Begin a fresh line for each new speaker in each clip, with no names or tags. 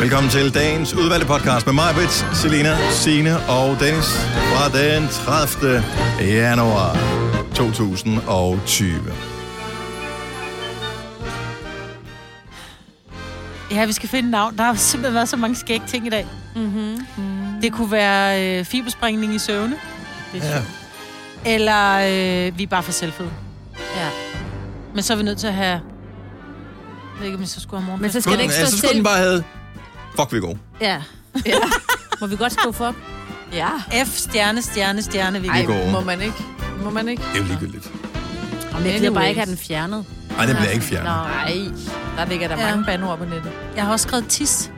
Velkommen til dagens udvalgte podcast med mig, Brits, Selina, Sine og Dennis fra den 30. januar 2020.
Ja, vi skal finde navn. Der har simpelthen været så mange skæg ting i dag.
Mm-hmm.
Det kunne være øh, fibersprængning i søvne. Det
er Ja. sjovt.
Eller øh, vi er bare for selvfede.
Ja.
Men så er vi nødt til at have... Jeg ved ikke, om jeg så skulle have morgen.
Men så skal det ikke stå
altså, så skulle
til.
den bare hedde, fuck vi er gode.
Ja. ja. Må vi godt stå for? Ja.
F, stjerne, stjerne, stjerne, vi
Ej,
kan-
gode.
Må man ikke? Må man ikke?
Det er jo ligegyldigt.
Om jeg gider bare ikke have den fjernet.
Nej, det bliver ikke fjernet.
Nej.
Der ligger der
Ja.
ja. mange bandeord på nettet.
Jeg har også skrevet tis.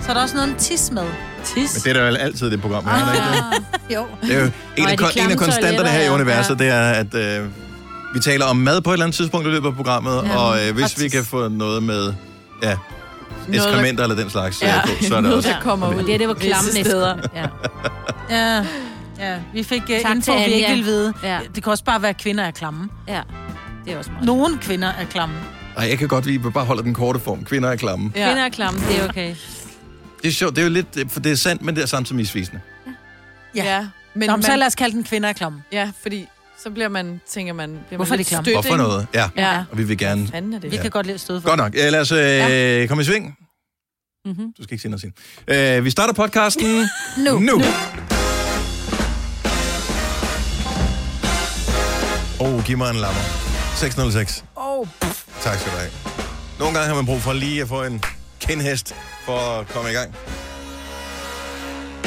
Så er der også noget om tis med.
Tis.
Men det er da vel altid det program, er der ikke det?
Jo.
Det er jo en,
Nå,
af,
Ah. de
kon- en
klamme
af konstanterne her i
toiletter, ja.
universet, det er, at øh, vi taler om mad på et eller andet tidspunkt i løbet af programmet, ja. og øh, hvis
Og
vi
tis.
kan få noget med ja, ekskrementer eller den slags, ja.
Ja.
på, så er det
Noget,
også...
der kommer
Og
ud.
det her, det var klamme
Visse
næsten.
steder.
Ja.
Ja. Ja, vi fik uh,
Tak
info,
til
vi
Anja.
ikke ville vide.
Ja.
Det kan også bare være, at kvinder er klamme.
ja. Det er også meget.
Nogle kvinder er klamme.
Ej, jeg kan godt lide, at vi bare holder den korte form. Kvinder er klamme.
Ja.
Kvinder er klamme, det er okay.
Det er sjovt, det er jo lidt, øh, for det er sandt, men det er samtidig misvisende.
Ja.
ja. Men
Nå, men så
man,
lad os kalde den kvinder er klamme.
ja, fordi så bliver man, tænker man, bliver
Hvorfor er
man lidt
de klamme?
stødt,
Hvorfor
ikke?
noget? Ja,
Ja.
og vi vil gerne...
Hvad fanden er det?
Vi kan godt lide at støde for.
Godt nok. Ja, lad os øh, ja. komme i sving.
Mm-hmm.
Du skal ikke sige noget, Signe. øh, Vi starter podcasten
Nu.
nu. Åh, oh, giv mig en lammer. 606.
Åh,
Tak skal du have. Nogle gange har man brug for lige at få en kendhest for at komme i gang.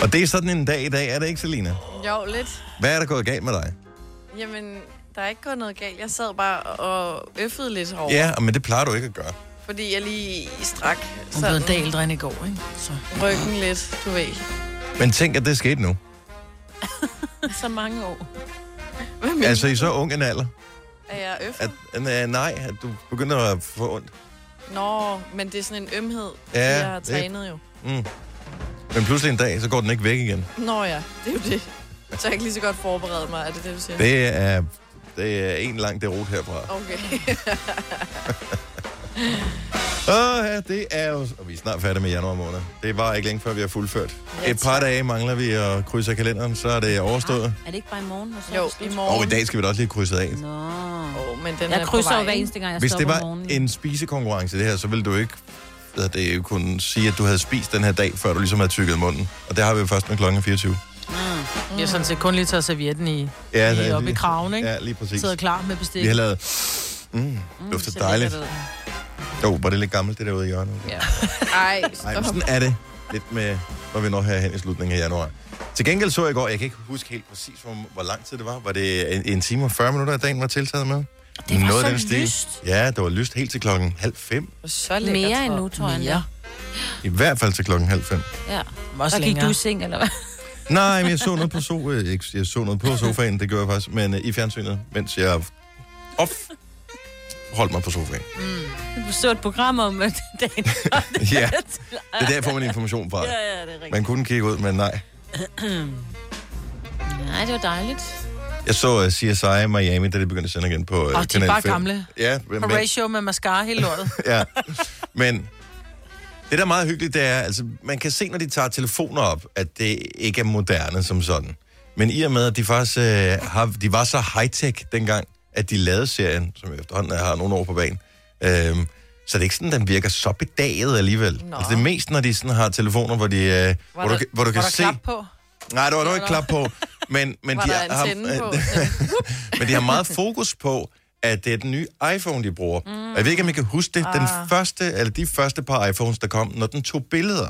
Og det er sådan en dag i dag, er det ikke, Selina?
Jo, lidt.
Hvad er der gået galt med dig?
Jamen, der er ikke gået noget galt. Jeg sad bare og øffede lidt over, yeah.
Ja, men det plejer du ikke at gøre.
fordi jeg lige strak
hun blev
sådan
en dag ældre end i går, ikke? Så.
ryggen lidt, du ved.
Men tænk, at det skete nu.
Så mange år
Altså i så ung en alder.
er jeg øffet.
At, øh, nej, at du begynder at få ondt.
Nå, men det er sådan en ømhed,
Ja,
ja, jeg har
det-
trænet jo.
Mm. Men pludselig en dag, så går den ikke væk igen.
Nå ja, det er jo det. Så jeg kan lige så godt forberede mig, er det det, du siger?
Det er, det er en lang derot herfra.
Okay.
Åh, ja, det er jo... Og vi er snart færdige med januar måned. Det var ikke længe før, vi har fuldført.
Ja,
Et par dage mangler vi at krydse af kalenderen, så er det overstået.
Er det ikke bare i morgen? Og så er
Jo,
det slut?
i
Og i
morgen.
dag skal vi da også lige krydse af.
Ah. Nå.
Oh, men den
Jeg
er
krydser
på
jo
vej,
hver
ikke?
eneste gang, jeg
Hvis det
stopper om
var
morgenen.
en spisekonkurrence, det her, så ville du ikke hvad hedder det kunne sige, at du havde spist den her dag, før du ligesom havde tykket munden. Og det har vi jo først med klokken er 24.
Mm.
Vi har sådan set kun lige taget servietten i,
Ja,
ja, i
det-
oppe i kraven, ikke? Ja,
Ja, lige præcis.
Sidder klar med
Vi
bestik.
har lavet... Mm, dufter
så
dejligt.
lækkert ud.
Jo, var det lidt gammelt, det der ude i hjørnet? Ja. Nej,
Ej,
men
stop.
sådan er det lidt med, når vi når herhen i slutningen af januar. Til gengæld så jeg i går, jeg kan ikke huske helt præcis, hvor, hvor lang tid det var. Var det en, en time og 40 minutter, at dagen var tiltaget med?
Det var
af
så
den stil.
lyst.
Ja, det var lyst helt til klokken halv fem.
Så lækkert,
Mere end
tror
nu, tror jeg.
Ja,
I hvert fald til klokken halv fem.
Ja.
også
Så gik
længere.
du i seng, eller hvad?
Nej, men jeg så noget på, so øh, ikke- jeg så noget på sofaen, det gjorde jeg faktisk, men øh, i fjernsynet, mens jeg off holdt mig på sofaen.
Du så et program om øh, dagen.
Ja, det er der, jeg får min information fra.
Ja, ja, det er rigtigt.
Man kunne kigge ud, men nej.
Nej, det var dejligt.
Jeg så uh, CSI Miami, da det begyndte at sende igen på uh,
de er
Kanal
bare
5.
gamle.
Ja, men,
Horatio med mascara hele lortet.
ja. men det, der er meget hyggeligt, det er, altså, man kan se, når de tager telefoner op, at det ikke er moderne som sådan. Men i og med, at de faktisk øh, har, de var så high-tech dengang, at de lavede serien, som efterhånden har nogle år på banen, øhm, så det er ikke sådan, den virker så bedaget alligevel.
Nå.
Altså, det er mest, når de sådan har telefoner, hvor, de, øh, hvor, du,
der-
kan- hvor du
Var
kan
der
se...
klap på?
Nej, der var dog
Var
ikke
der-
klap på. Men, men,
Var
de
der
har,
antenne på?
men de har meget fokus på, at det er den nye iPhone, de bruger. Mm. Og jeg ved ikke, om I kan huske det. Den
Ah.
første, eller de første par iPhones, der kom, når den tog billeder,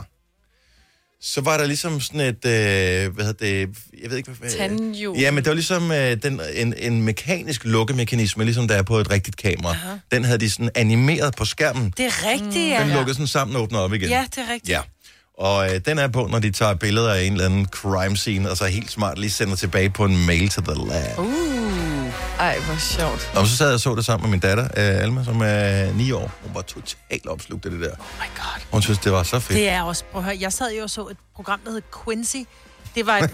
så var der ligesom sådan et, øh, hvad hedder det, jeg ved ikke, hvad...
Tandhjul.
Øh, Ja, men det var ligesom øh, den, en, en mekanisk lukkemekanisme, ligesom der er på et rigtigt kamera. Aha. Den havde de sådan animeret på skærmen.
Det er rigtigt, ja.
Den Mm. lukkede sådan sammen og åbner op igen.
Ja, det er rigtigt.
Ja. Og øh, den er på, når de tager billeder af en eller anden crime scene, og så helt smart lige sender tilbage på en mail til the lab. Uh.
Uh.
Ej, hvor sjovt.
Og så sad jeg og så det sammen med min datter, øh, Alma, som er 9 år. Hun var totalt opslugt af det der.
Oh my god.
Hun synes, det var så fedt.
Det er også, prøv at høre, jeg sad jo og så et program, der hed Quincy,
Det var et,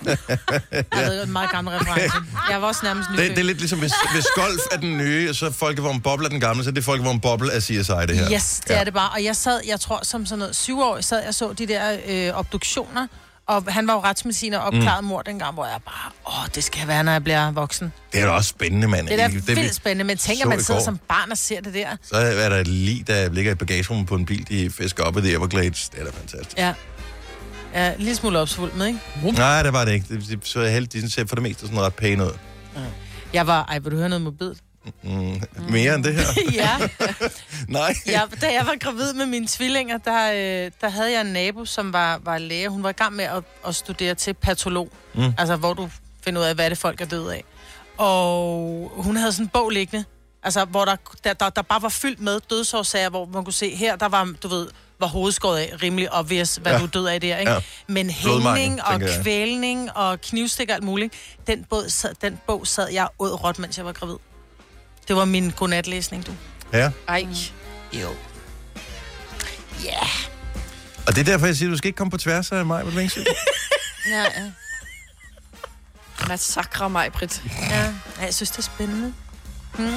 jeg ved, en meget gammel reference. Jeg var også nærmest
Det,
nyfødt.
det er lidt ligesom, hvis, hvis golf er den nye, og så Folkevogn Boble er den gamle, så er det Folkevogn Boble af CSI, det her.
Yes, det ja. er det bare. Og jeg sad, jeg tror, som sådan noget syv år, sad jeg så de der øh, obduktioner, og han var jo retsmediciner og opklarede mm. mor dengang, hvor jeg bare, åh, det skal jeg være, når jeg bliver voksen.
Det er da også spændende, mand.
Det er da
Ikke?
vildt
vi-
spændende, men tænker,
så
man
i
sidder
går.
som barn og ser det der.
Så er der et lig, der ligger i bagagerummet på en bil, de fisker op i The Everglades. Det er da fantastisk.
Ja. Ja, en lille smule opsvulmet, ikke?
Nej, det var det ikke. Det, det, så jeg heldig, de ser for det meste sådan ret pæne ud.
Jeg var, ej, vil du høre noget mobilt?
Mm, mere end det her?
ja,
Nej.
jeg, da jeg var gravid med mine tvillinger, der, øh, der havde jeg en nabo, som var, var læge. Hun var i gang med at, at studere til patolog. Mm. Altså, hvor du finder ud af, hvad det folk er døde af. Og hun havde sådan en bog liggende, altså, hvor der, der, der, der bare var fyldt med dødsårsager, hvor man kunne se, her der var, du ved, var hovedskåret af rimelig obvious, hvad
Ja.
ja. du er død af der, ikke?
Ja.
Ja. Men
Blodmangel,
hængning og
tænker jeg.
kvælning og knivstik og alt muligt, den, bog sad, den bog sad jeg og åd råt, mens jeg var gravid. Det var min godnatlæsning, du. Mm.
Ja.
Ej.
Jo.
Og det er derfor, jeg siger, du skal ikke komme på tværs af mig, hvad du ikke
Ja, ja. Massakre mig, Britt.
Ja, jeg synes, det er spændende.
Hmm.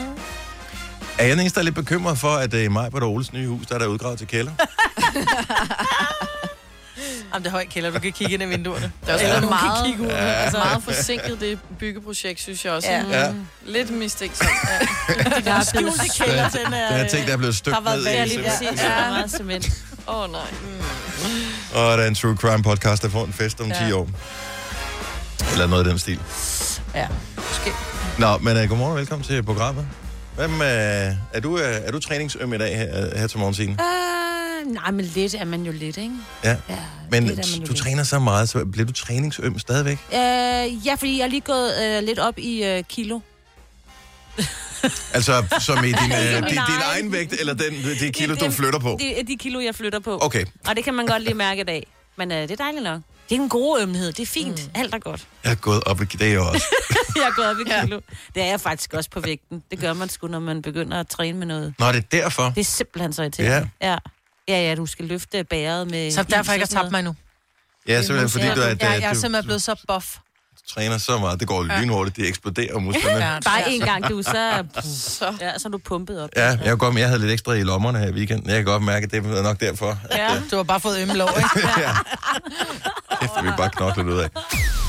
Er jeg den eneste, der er lidt bekymret for, at øh, i mig på det Oles nye hus, der er der udgravet til kælder?
Jamen, det er høj kælder, du kan kigge ind i vinduerne.
Det er også blevet meget,
ud.
altså, meget forsinket, det byggeprojekt, synes jeg også.
Ja.
Mm,
Ja.
Lidt mistænksomt. Ja.
Der er skjulte kælder, den er...
Den her ting, der er blevet støbt
Der har været
ned i.
vejr
Ja,
lige
lige
simpelthen.
præcis. Ja. Der er meget cement.
Åh, oh, nej.
Og der er en True Crime podcast, der får en fest om ja.
Ja.
10 år. Eller noget af den stil.
Ja, måske.
Nå, men uh, godmorgen og velkommen til programmet. Hvem, uh, er, du, uh, er du træningsøm i dag her, uh, her til morgen, Signe?
Uh, nej, men lidt er man jo lidt, ikke?
Ja.
ja
Men
lidt er man
du,
jo
du
lidt.
træner så meget, så bliver du træningsøm stadigvæk?
Øh, ja, fordi jeg er lige gået øh, lidt op i øh, kilo.
Altså, som i din, øh, din,
min
din
egen.
egen vægt, eller den, det kilo,
Det-
du
det-
flytter på?
Det er de kilo, jeg flytter på.
Okay.
Og det kan man godt lige mærke i dag. Men øh, det er dejligt nok. Det er en god ømhed. Det er fint. Mm. Alt er godt.
Jeg er gået op i det er jeg også.
Jeg er gået op i kilo. Det er jeg faktisk også på vægten. Det gør man sgu, når man begynder at træne med noget.
Nå, det er derfor.
Det er simpelthen så irriterende. Ja. ja. Ja, ja, du skal løfte bæret med...
Så
is
derfor
og
jeg ikke har
sådan
tabt mig endnu.
Ja, simpelthen fordi du, at,
Ja,
øh,
jeg er
du,
simpelthen blevet så buff.
du træner så meget. Det går lynhurtigt. Det eksploderer musklerne.
Ja,
noget. Bare en gang, du så... så. Ja, så er du pumpet op.
Ja, jeg, godt, jeg havde lidt ekstra i lommerne her i weekenden. Jeg kan godt mærke, at det er nok derfor. Altså,
ja.
Du har bare fået ømme lov, ikke?
ja. Kæft, vi bare knoklet ud af.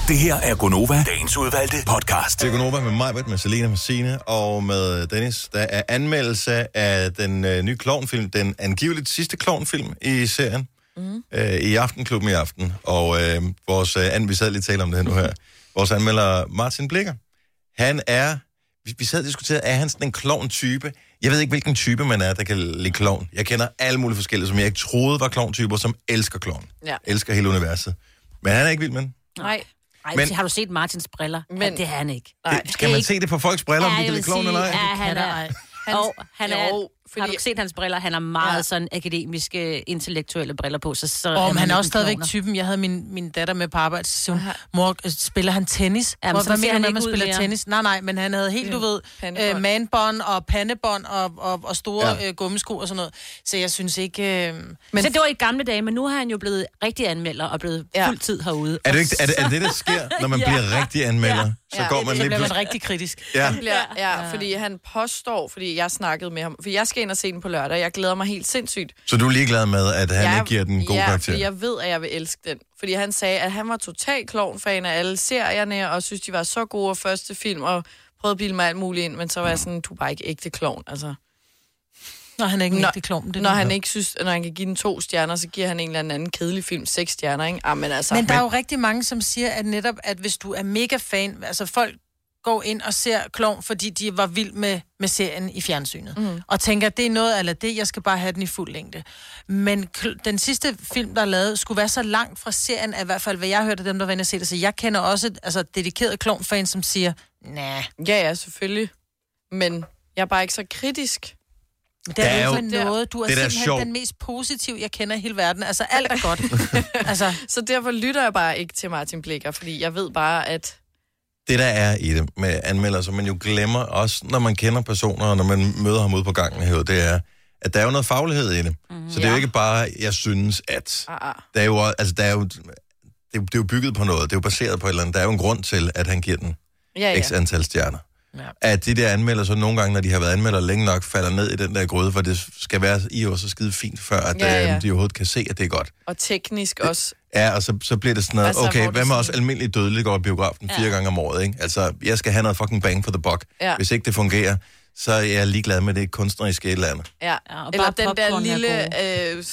Det her er Gonova, dagens udvalgte podcast.
Det er Gunova med Majbert, med Selena, med Signe og med Dennis. Der er anmeldelse af den øh, nye klovnfilm, den angiveligt sidste klovnfilm i serien, mm. øh, i Aftenklubben i aften. Og øh, vores, øh, an, vi sad lige og talte om det her nu her, vores anmelder Martin Blikker, han er, vi, vi sad og diskuterede, er han sådan en klovn-type? Jeg ved ikke, hvilken type man er, der kan lide klovn. Jeg kender alle mulige forskellige, som jeg ikke troede var klovn-typer, som elsker klovn.
Ja.
Elsker hele universet. Men han er ikke vild med den.
Nej.
Ej,
Men-
men, har du set Martins briller? Men, ja, det er han ikke.
Nej.
Det, skal man
ikke-
se det på folks briller, om
Ja,
de
jeg
kan lide
vil
klovn eller ej?
sige, Ja, han
Kan der
er...
ej.
Han, og han er,
Jo,
fordi... Har du set hans briller? Han har meget
Ja.
ja. sådan akademiske, intellektuelle briller på. Så, så
Og han er
lidt
også
en
stadigvæk
klovner.
typen. Jeg havde min, min datter med på arbejde, så siger hun, mor, øh, spiller han tennis?
Jamen,
Hvor-
sådan
Hvad mener
ser
du
han
med, at
ikke
man
ud
spiller
mere.
tennis? Nej, nej, men han havde helt, du ved,
Pandebånd.
øh, manbånd og pandebånd og, og, og store
Ja.
ja. øh, gummisko og sådan noget. Så jeg synes ikke... Øh,
Men... Så det var i gamle dage, men nu har han jo blevet rigtig anmelder og blevet
Ja.
ja. fuld tid herude.
Er det, ikke, er, det, er det det, der sker, når man ja.
Ja.
bliver rigtig anmelder?
Ja.
Så
Ja.
går man
så
lige
bliver man
pludselig...
rigtig kritisk.
Ja.
Bliver, ja, fordi han påstår, fordi jeg snakkede med ham, for jeg skal ind og se den på lørdag, jeg glæder mig helt sindssygt.
Så du er ligeglad med, at han
jeg,
ikke giver den god
ja,
karakter?
fordi jeg ved, at jeg vil elske den. Fordi han sagde, at han var total klovn-fan af alle serierne, og synes, de var så gode og første film, og prøvede at bilde mig alt muligt ind, men så var jeg sådan, du er bare ikke ægte klovn, altså.
Når han er ikke en
Nå,
ægte klovn. Det er
Når
det.
han ikke synes, når han kan give den to stjerner, så giver han en eller anden kedelig film seks stjerner, ikke? Ah, men altså,
Men der er jo rigtig mange, som siger, at netop, at hvis du er mega fan, altså folk går ind og ser klovn, fordi de var vild med, med serien i fjernsynet. Mm. Og tænker, at det er noget eller det, jeg skal bare have den i fuld længde. Men kl- den sidste film, der er lavet, skulle være så langt fra serien, at i hvert fald, hvad jeg hørte af dem, der var inde og se det. Så jeg kender også altså, dedikerede klovnfans, som siger, nej,
ja, ja, selvfølgelig. Men jeg er bare ikke så kritisk.
det
Der er
er,
jo-
jo ikke for noget. Du er
det der er
simpelthen
sjovt.
den mest positive, jeg kender i hele verden. Altså, alt er godt. altså,
Så derfor lytter jeg bare ikke til Martin Blikker, fordi jeg ved bare, at
Det, der er i det med anmelder, som man jo glemmer, også når man kender personer, og når man møder ham ude på gangen herude, det er, at der er jo noget faglighed i det. Mm, så det er jo
Ja.
ikke bare, jeg synes, at...
ah, ah,
Der er jo, også- altså, der er jo det, det er jo bygget på noget, det er jo baseret på et eller andet. Der er jo en grund til, at han giver den
Ja, ja.
x antal stjerner.
Ja.
At de der anmelder så nogle gange, når de har været anmelder længe nok, falder ned i den der grøde, for det skal være i år så skide fint, før at,
Ja,
ja,
ja.
ja. de overhovedet kan se, at det er godt.
Og teknisk også.
Ja, og så, så bliver det sådan noget,
Altså,
altså,
hvor
okay,
det
hvad med os
sådan-
almindelige dødelige går i biografen ja. fire gange om året, ikke? Altså, jeg skal have noget fucking bang for the buck.
Ja.
Hvis ikke det fungerer, så er jeg ligeglad med det kunstneriske et eller andet.
Ja.
Ja,
ja
og
eller
bare
den der
popcornen er
lille, øh,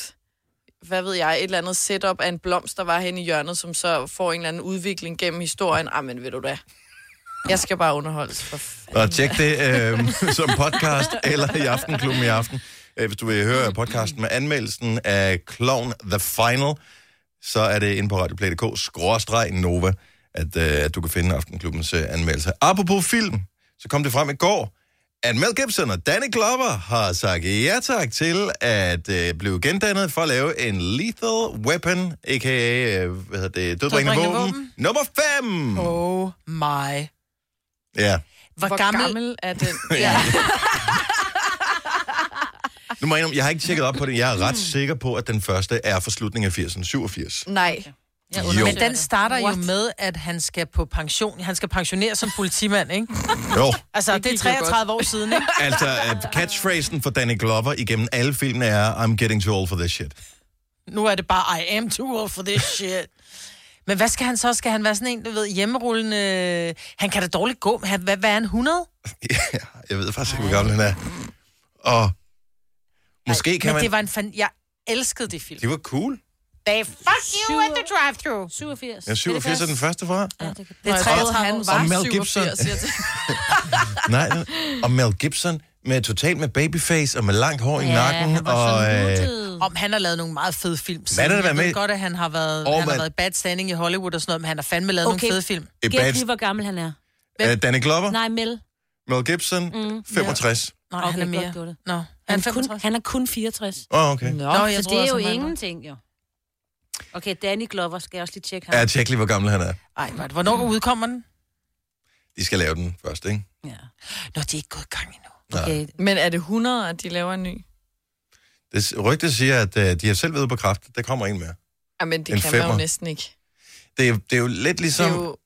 hvad ved jeg, et eller andet setup af en blomst, der var hen i hjørnet, som så får en eller anden udvikling gennem historien. Ah, men ved du da, jeg skal bare underholdes. For f-
Og tjek det øh, som podcast eller i Aftenklubben i aften. Øh, Hvis du vil høre podcasten med anmeldelsen af Clown The Final, så er det inde på radioplay.dk, skråstreg Nova, at, øh, at du kan finde Aftenklubbens øh, anmeldelse. Apropos film, så kom det frem i går, at Mel Gibson og Danny Glover har sagt ja tak til at øh, blive gendannet for at lave en Lethal Weapon, a.k.a. Øh, hvad hedder det, dødbringende
Dødbringende
våben,
våben.
nummer 5. Oh.
Oh my.
Ja,
Hvor,
Hvor
gammel...
gammel, gammel er den? Ja.
nu må jeg indrømme, jeg har ikke tjekket op på det. Jeg er ret sikker på, at den første er fra slutningen af 80'erne, 87.
Nej.
Jeg
Jo.
undersøger
Men den
det.
starter jo
What?
med, at han skal på pension. Han skal pensionere som politimand, ikke?
Jo.
Altså, det, det er
gik jo godt.
33 år siden, ikke?
Altså, at catchphrasen for Danny Glover igennem alle filmene er, I'm getting too old for this shit.
Nu er det bare, I am too old for this shit. Men hvad skal han så? Skal han være sådan en, du ved, hjemmerullende... Han kan da dårligt gå. men Han, hvad, hvad er han, 100?
Ja, jeg ved faktisk ikke, hvor gammel han er. Og måske kan
Men
man...
det var en fan... Jeg elskede det film.
Det var cool.
They fuck you at the drive-thru.
87.
Ja, 87 er den første fra.
Ja, det kan...
Det er 33 år
han
siden.
Og
var
Mel
87,
Gibson.
siger jeg til.
Nej, og Mel Gibson med totalt med babyface og med langt hår i nakken.
han var
og,
så
øh,
nuttet.
Om han har lavet nogle meget fede film.
Hvad er det, der
jeg
var med-
ved godt, at han har været,
Åh,
han har
mand.
været i bad standing i Hollywood og sådan noget, men han har fandme lavet
Okay.
nogle fede film.
et
Gæt lige,
bad,
hvor gammel han er.
øh, Danny Glover,
Nej, Mm, Mel.
Mel Gibson, 65.
Nå,
Okay,
okay, han er
godt
mere.
gået.
Nå, han
Han,
er
er kun,
65.
han er kun 64.
Åh, oh, okay.
Nå,
Jeg
jeg
så
troede
det
også, han
er jo
var ældre.
ingenting, jo. Okay, Danny Glover skal jeg også lige tjekke ham.
Ja, tjek lige, hvor gammel han er.
Ej, hvor-
Mm.
hvornår udkommer den?
De skal lave den først, ikke?
Ja.
Nå, de er ikke gået i gang endnu.
Okay.
Men er det 100, at de laver en ny?
Det, rygtet siger, at øh, de har selv været ude på kraft. Der kommer en mere.
Jamen, det
En
en kan man
femmer.
jo næsten ikke.
Det, er- det er jo lidt
Det er
ligesom...
jo,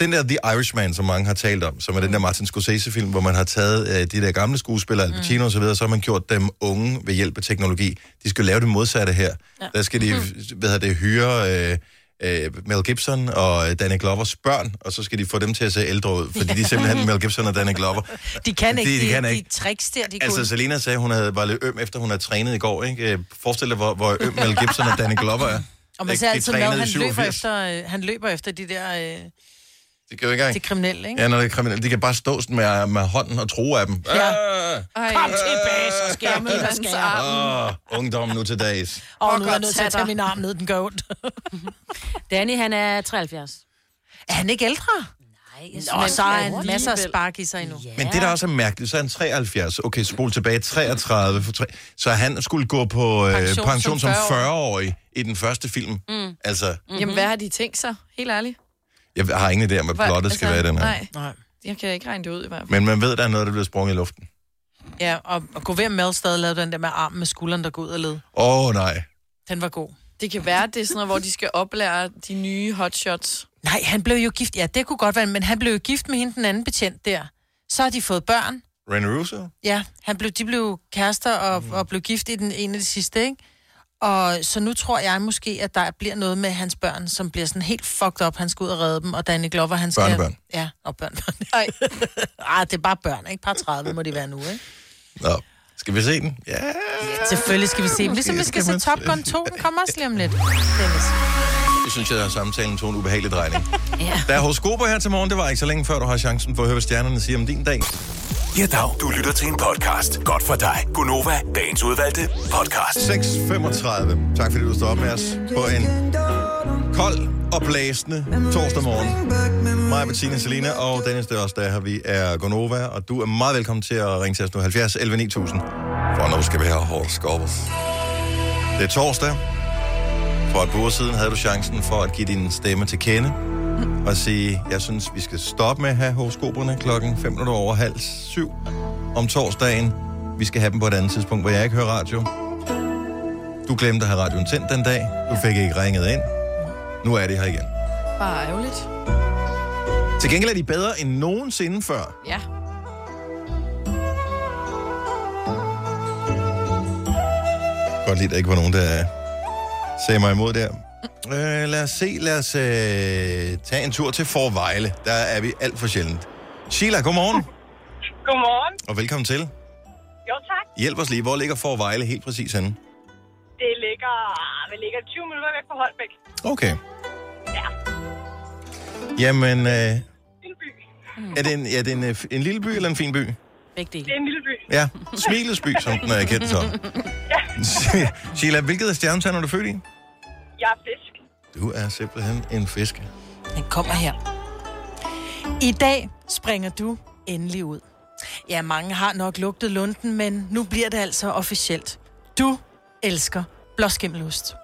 den der The Irishman, som mange har talt om, som er den der Martin Scorsese-film, hvor man har taget øh, de der gamle skuespillere,
Mm.
Al Pacino og så videre, så har man gjort dem unge ved hjælp af teknologi. De skal jo lave det modsatte her. Ja. Der skal de,
Mhm.
hvad hedder det, hyre øh, øh, Mel Gibson og øh, Danny Glovers børn, og så skal de få dem til at se ældre ud, fordi de er simpelthen Mel Gibson og Danny Glover.
De kan
De-
ikke.
de
De, de,
kan
de,
ikke.
de tricks der, de
Altså,
kunne.
Selena sagde, hun havde, var lidt øm, efter hun havde trænet i går, ikke? Øh, Forestil dig, hvor, hvor øm Mel Gibson og Danny Glover er.
Og man
de-
ser
de
altid med,
trænede i
han løber,
87.
efter, øh, han løber efter de der øh,
Det kan jo ikke engang.
de kriminelle, ikke?
Ja, når det er kriminelle, de kan bare stå sådan med, med hånden og tro af dem. Ah! Ja.
ej,
Kom tilbage, så skal jeg med, hvad skal
hans
jeg.
arm.
Åh, ungdom nu til dags.
Og
Åh,
nu er jeg
godt,
nødt til at
tag
tage
dig.
min arm ned, den gør ondt.
Danny, han er 73.
Er han ikke ældre?
Nej, jeg
Og så har han
Alligevel.
masser af spark i sig endnu.
Ja.
Men det, der også er mærkeligt, så er han 73. Okay, spol tilbage. 33 for 3. Så han skulle gå på øh,
Pension
pension,
som
pension som
40-årig.
40-årig i den første film. Mm. Altså,
Mm-hmm.
Jamen, hvad har de tænkt sig? Helt ærligt.
jeg har ingen idé om, hvad
Hvad- altså,
plottet skal være i den her.
Nej,
Nej.
jeg kan ikke regne det ud i hvert fald.
Men man ved, der er noget, der bliver sprunget i luften.
Ja, og, og gå ved at Mel stadig lavede den der med armen med skulderen, der går ud og led.
Åh, oh, nej.
Den var god.
Det kan være, at det er sådan noget, hvor de skal oplære de nye hotshots.
Nej, han blev jo gift. Ja, det kunne godt være, men han blev jo gift med hende, den anden betjent der. Så har de fået børn.
Ren Russo?
Ja, han blev, de blev kærester og, mm. og blev gift i den ene af de sidste, ikke? Og så nu tror jeg måske, at der bliver noget med hans børn, som bliver sådan helt fucked up. Han skal ud og redde dem, og Danny Glover, han skal...
Børnebørn.
Ja, og børnebørn.
Ej,
Ah, det er bare børn, ikke? Par 30 må de være nu, ikke?
Nå. Skal vi se den? Ja. Jeg
Selvfølgelig skal vi se dem. Ligesom vi skal se Top Gun 2, den kommer også lige om lidt. Dennis.
synes, at samtalen tog en ubehagelig drejning.
Ja.
Der er horoskoper her til morgen. Det var ikke så længe før, du har chancen for at høre, hvad stjernerne siger om din dag.
Ja, dag. Du lytter til en podcast. Godt for dig. Gunova. Dagens udvalgte podcast.
6.35. Tak fordi du står op med os på en kold og blæsende torsdag morgen. Mig, Bettina, Selina og Dennis, det er også der her. Vi er Gonova, og du er meget velkommen til at ringe til os nu 70 11 9000. For nu skal vi have horoskoper. Det er torsdag. For et par uger siden havde du chancen for at give din stemme til kende og sige, jeg synes, vi skal stoppe med at have horoskoperne klokken 5 minutter over halv syv om torsdagen. Vi skal have dem på et andet tidspunkt, hvor jeg ikke hører radio. Du glemte at have radioen tændt den dag. Du fik ikke ringet ind. Nu er det her igen.
Bare ærgerligt.
Til gengæld er de bedre end nogensinde før.
Ja.
Godt lide, at der ikke var nogen, der øh, sagde mig imod der. Øh, lad os se, lad os øh, tage en tur til Forvejle. Der er vi alt for sjældent. Sheila, godmorgen,
Godmorgen.
og velkommen til.
Jo tak.
Hjælp os lige, hvor ligger Forvejle helt præcis henne?
Det ligger, ah, hvad ligger det? 20 minutter væk fra Holbæk.
Okay.
Ja,
Jamen, øh,
en by.
er det, en, er det en, øh, en lille by eller en fin by?
Begge dele.
Det er en lille by. Mm-hmm.
Ja, Smilets by, som den er kendt som. Sheila, hvilket af stjernetegn er du født i?
Jeg er fisk.
Du er simpelthen en fiske.
Den kommer her. I dag springer du endelig ud. Ja, mange har nok lugtet lunden, men nu bliver det altså officielt. Du elsker blåskimmelost.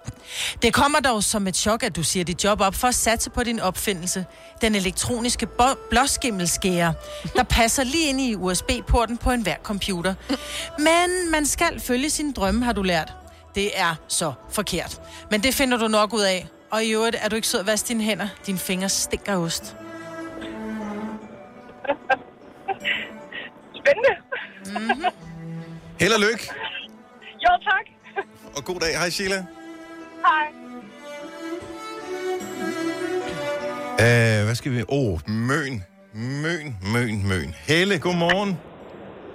Det kommer dog som et chok, at du siger dit job op for at satse på din opfindelse. Den elektroniske bo- blåskimmelskærer, der passer lige ind i USB-porten på enhver computer. Men man skal følge sin drømme, har du lært. Det er så forkert. Men det finder du nok ud af. Og i øvrigt er du ikke sød at vaske dine hænder. Dine fingre stinker af ost.
Spændende.
Held og lykke,
Jo tak.
og god dag. Hej, Sheila.
Hej.
Uh, hvad skal vi... Åh, oh, møn. Møn, møn, møn. Helle, godmorgen.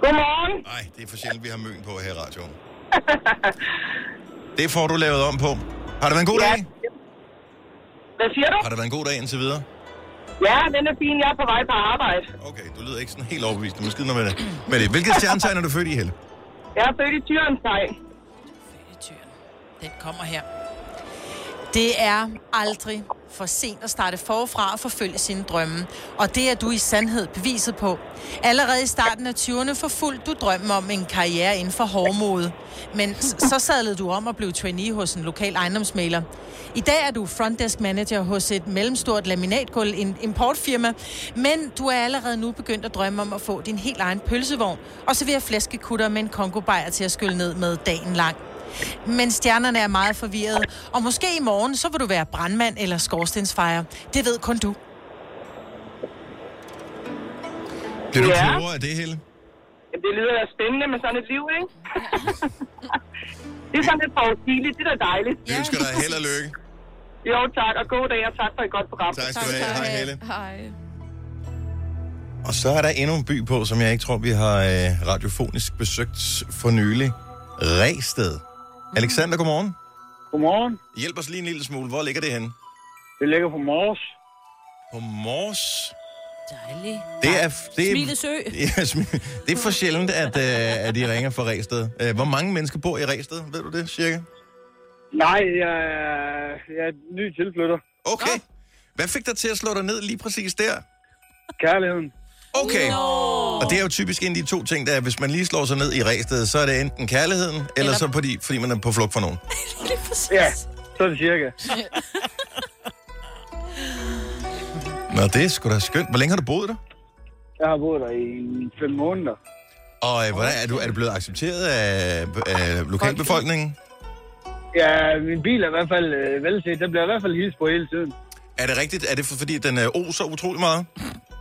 Godmorgen.
Nej, det er for sjældent, vi har møn på her i radioen. Det får du lavet om på. Har det været en god
Ja.
dag?
Hvad siger du?
Har det været en god dag indtil videre?
Ja, den er fin. Jeg er på vej på arbejde.
Okay, du lyder ikke sådan helt overbevist. Måske noget med det. Men det, hvilket stjernetegn er du født i, Helle?
Jeg er født i Tyrens tegn.
Tyren. Den kommer her. Det er aldrig for sent at starte forfra og forfølge sine drømme. Og det er du i sandhed beviset på. Allerede i starten af 20'erne forfulgte du drømmen om en karriere inden for hårdmode. Men s- så sadlede du om og blev trainee hos en lokal ejendomsmaler. I dag er du frontdesk manager hos et mellemstort laminatgulv en importfirma, men du er allerede nu begyndt at drømme om at få din helt egen pølsevogn og servere flæskekutter med en kongobajer til at skylle ned med dagen lang. Men stjernerne er meget forvirrede, og måske i morgen, så vil du være brandmand eller skorstensfejer. Det ved kun du.
Bliver du
Ja.
klogere af det, Helle?
Jamen, det lyder da spændende med sådan et liv, ikke? det er sådan lidt forudsigeligt. Det er da dejligt.
Vi ønsker dig held og lykke.
Jo tak, og god dag, og tak for et godt program.
Tak skal du have. Altså, Hej, Helle.
Hej.
Og så er der endnu en by på, som jeg ikke tror, vi har øh, radiofonisk besøgt for nylig. Ræsted. Alexander, godmorgen.
Godmorgen.
Hjælp os lige en lille smule. Hvor ligger det henne?
Det ligger på Mors.
På Mors.
Dejlig.
Det er, det, er,
Smilesø.
ja, smil- det er for sjældent, at, øh, at de ringer fra Ræsted. Øh, Hvor mange mennesker bor i Ræsted? Ved du det, cirka?
Nej, jeg, er- jeg er ny tilflytter.
Okay. Hvad fik dig til at slå dig ned lige præcis der?
Kærligheden.
Okay. Og det er jo typisk en af de to ting, der er, hvis man lige slår sig ned i Ræsted, så er det enten kærligheden, eller så fordi, fordi man er på flugt fra nogen.
Ja, så er det cirka.
Nå, det er sgu da skønt. Hvor længe har du boet der?
Jeg har boet der i fem måneder.
Og øh, hvordan er du, er du blevet accepteret af, af lokalbefolkningen?
Ja, min bil er i hvert fald øh, velset. Der bliver i hvert fald hils på hele tiden.
Er det rigtigt? Er det for- fordi, den øh, oser utrolig meget?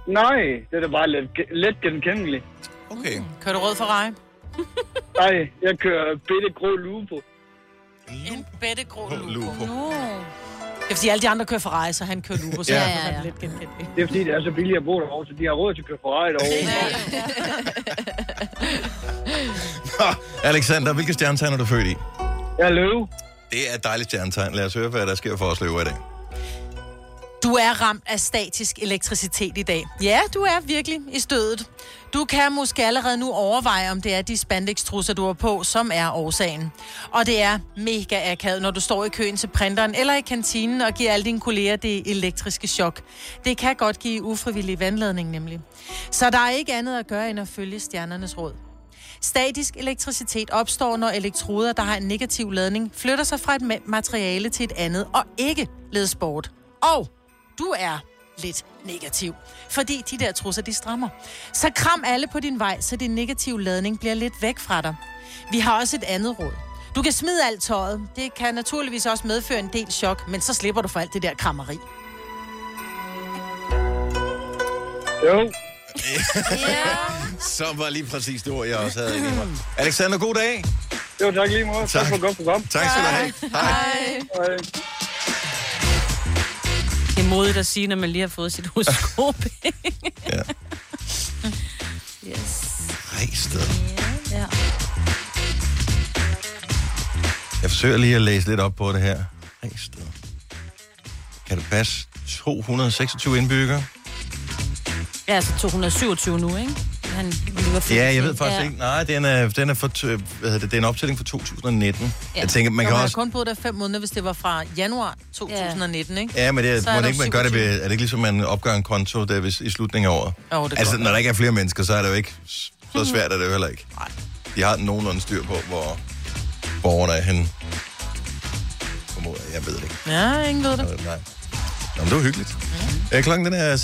Nej, det er da bare let, let genkendelig.
Okay.
Kører du rød for rej?
Nej, jeg kører bitte grå lue på.
En bættegrå lupo.
Lupo.
Det er fordi alle de andre kører for rej, så han kører lupo. Så
Ja.
ja,
Ja,
ja,
ja, ja.
ja. Lidt genkendeligt.
Det er fordi, det er så billigt at bo derovre, så de har råd til at køre Ferrari derovre.
Alexander, hvilke stjernetegn er du født i?
Jeg er løve.
Det er et dejligt stjernetegn. Lad os høre, hvad der sker for os løver i dag.
Du er ramt af statisk elektricitet i dag. Ja, du er virkelig i stødet. Du kan måske allerede nu overveje, om det er de spandex-trusser, du har på, som er årsagen. Og det er mega akavet, når du står i køen til printeren eller i kantinen og giver alle dine kolleger det elektriske chok. Det kan godt give ufrivillig vandladning nemlig. Så der er ikke andet at gøre end at følge stjernernes råd. Statisk elektricitet opstår, når elektroder, der har en negativ ladning, flytter sig fra et ma- materiale til et andet og ikke ledes bort. Og du er lidt negativ, fordi de der trusser, de strammer. Så kram alle på din vej, så din negative ladning bliver lidt væk fra dig. Vi har også et andet råd. Du kan smide alt tøjet. Det kan naturligvis også medføre en del chok, men så slipper du for alt det der krammeri.
Jo,
Så var lige præcis det ord, jeg også havde inde i mig. Alexander, god dag.
jo tak lige måde. Tak.
Tak.
tak for et godt program.
Tak skal du have. Hej.
Og, øh,
Det er modigt at sige, når man lige har fået sit horoskop.
Ja.
yes.
Rejsted.
Ja.
Jeg forsøger lige at læse lidt op på det her. Rejsted. Kan det passe 226 indbyggere?
Ja, altså 227 nu, ikke? Han ville være
Ja, jeg ved faktisk ja. ikke. Nej, den er, den er, for, t- øh, hvad hedder det, det er en optælling fra 2019. Ja. Jeg tænker, man
Man
kan
har
også...
kun boet der fem måneder, hvis det var fra januar 2019, ikke?
Ja, men det
Så
er,
er
må det
der
ikke, man gør det
27.
ved, er det ikke ligesom, man opgør en konto der hvis, i slutningen af året?
Jo, det Mhm. gør
altså,
man.
når der ikke er flere mennesker, så er det jo ikke s- så svært, er det jo heller ikke. Nej. De har nogenlunde styr på, hvor borgerne er henne. Formoder jeg, jeg ved det ikke.
Ja, ingen ved det.
Øh, Nej. Nå, men det var hyggeligt. Mm. Øh, klokken den er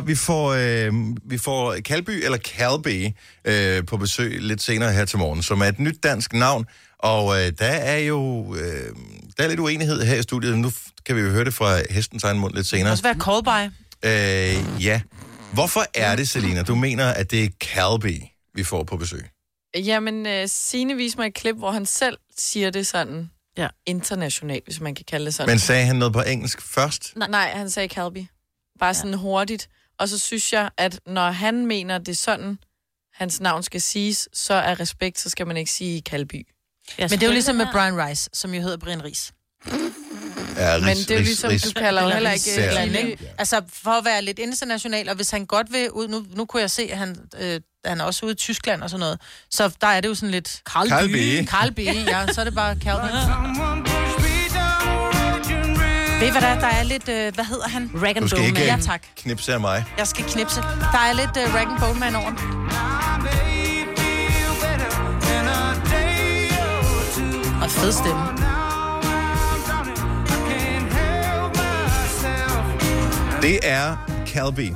6.42. Vi får, øh, vi får Kalby eller Kalby øh, på besøg lidt senere her til morgen, som er et nyt dansk navn. Og øh, der er jo øh, der er lidt uenighed her i studiet. Nu f- kan vi jo høre det fra hestens egen mund lidt senere.
Også være call by.
Øh, ja. Hvorfor er det, Selina, du mener, at det er Kalby, vi får på besøg?
Jamen, øh, Signe viste mig et klip, hvor han selv siger det sådan
Ja.
internationalt, hvis man kan kalde det sådan.
Men sagde han noget på engelsk først?
Nej, nej han sagde Calby. Bare sådan hurtigt. Og så synes jeg, at når han mener, det er sådan, hans navn skal siges, så er respekt, så skal man ikke sige Calby.
Men det er jo ligesom med Brian Rice, som jo hedder Brian Ries.
Ja,
Men det er jo ligesom, du kalder jo heller ikke
Eller
Eller,
Calby.
ikke? Altså, for at være lidt international, og hvis han godt vil ud, nu, nu kunne jeg se, at han, øh, han er også ude i Tyskland og sådan noget, så der er det jo sådan lidt... Carl
Carl B.
Carl B, ja, så er det bare Carl B. Ved I hvad der er? Der er lidt... Øh, hvad hedder han?
Rag
Du
and
skal
Bone
ikke
Ja,
Man.
øh,
tak.
knipse af mig.
Jeg skal knipse. Der er lidt øh, Rag and Bone Man over. den. Og fed stemme.
Det er Calby.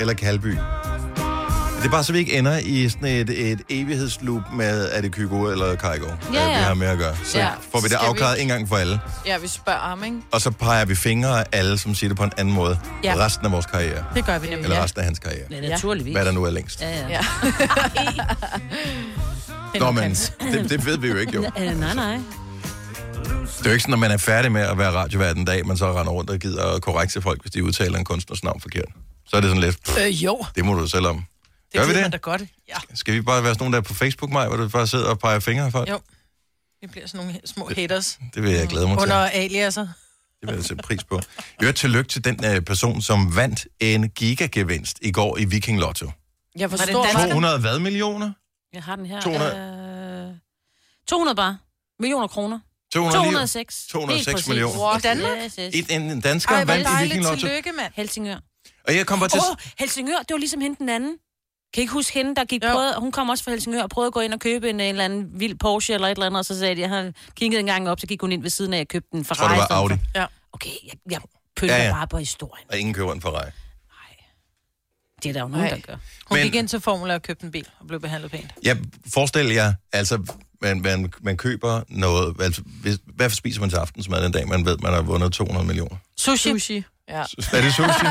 Eller Calby. Det er bare, så vi ikke ender i sådan et, et evighedsloop med, er det Kygo eller Kaigo, ja, vi
ja.
har med at gøre. Så ja.
Ja.
får vi det
Skal vi
afklaret
ikke-
en gang for alle.
Ja, vi spørger ham, ikke?
Og så peger vi fingre af alle, som siger det på en anden måde. Ja.
Ja.
Resten af vores karriere.
Det gør vi nemlig.
Eller resten af hans karriere.
Ja, naturligvis.
Hvad der nu er længst.
Ja, ja.
Ja.
Nå, men det, det ved vi jo ikke, jo.
Øh, nej, nej.
Det er jo ikke sådan, at man er færdig med at være radiovært en dag, man så render rundt og gider at korrekte folk, hvis de udtaler en kunstners navn forkert. Så er det sådan lidt,
Øh, jo.
det må du selv om.
Det
Gør vi
ved
det?
man da godt. Ja.
Skal vi bare være sådan nogle, der er på Facebook, mig, hvor du bare sidder og peger fingre af folk?
Jo. Vi bliver sådan nogle små haters
Det vil jeg glæde mig til.
under aliaser.
Det vil jeg sætte pris på. Jeg vil tillykke til den øh, person, som vandt en gigagevinst i går i Viking Lotto.
Jeg
det
forstår
dansk?
mig.
200 hvad millioner?
Jeg har den her.
200.
Øh, 200 bare. Millioner kroner.
200 lige-
206.
206
Helt præcis.
millioner.
I Danmark?
Yes, yes.
Et, en, en dansker
Ej,
Ej,
hvor
vandt i Viking
dejligt.
Lotto.
Tillykke, mand.
Helsingør.
Og jeg kom bare til...
Åh, oh, Helsingør, det var ligesom hende den anden. Kan I ikke huske hende, der gik
Jo.
prøvede, hun kom også fra Helsingør og prøvede at gå ind og købe en, en eller anden vild Porsche eller et eller andet, og så sagde de, jeg har kigget en gang op, så gik hun ind ved siden af, og købte en
tror,
Ferrari.
det
i
var
stedet
Audi.
for.
Ja.
Okay, jeg, jeg pynter
Ja,
ja,
ja.
ja.
Ah,
bare på historien.
Og ingen køber en Ferrari.
Det er der jo nogen,
Nej.
der gør.
Hun
Men-
Men... gik ind til Formula og købte en bil og blev behandlet pænt.
Jeg forestiller jer, altså, man, man, man køber noget... Altså, hvis, hvad spiser man til aftensmad den dag, man ved, man har vundet 200 millioner?
Sushi.
Sushi. Ja.
Er det sushi?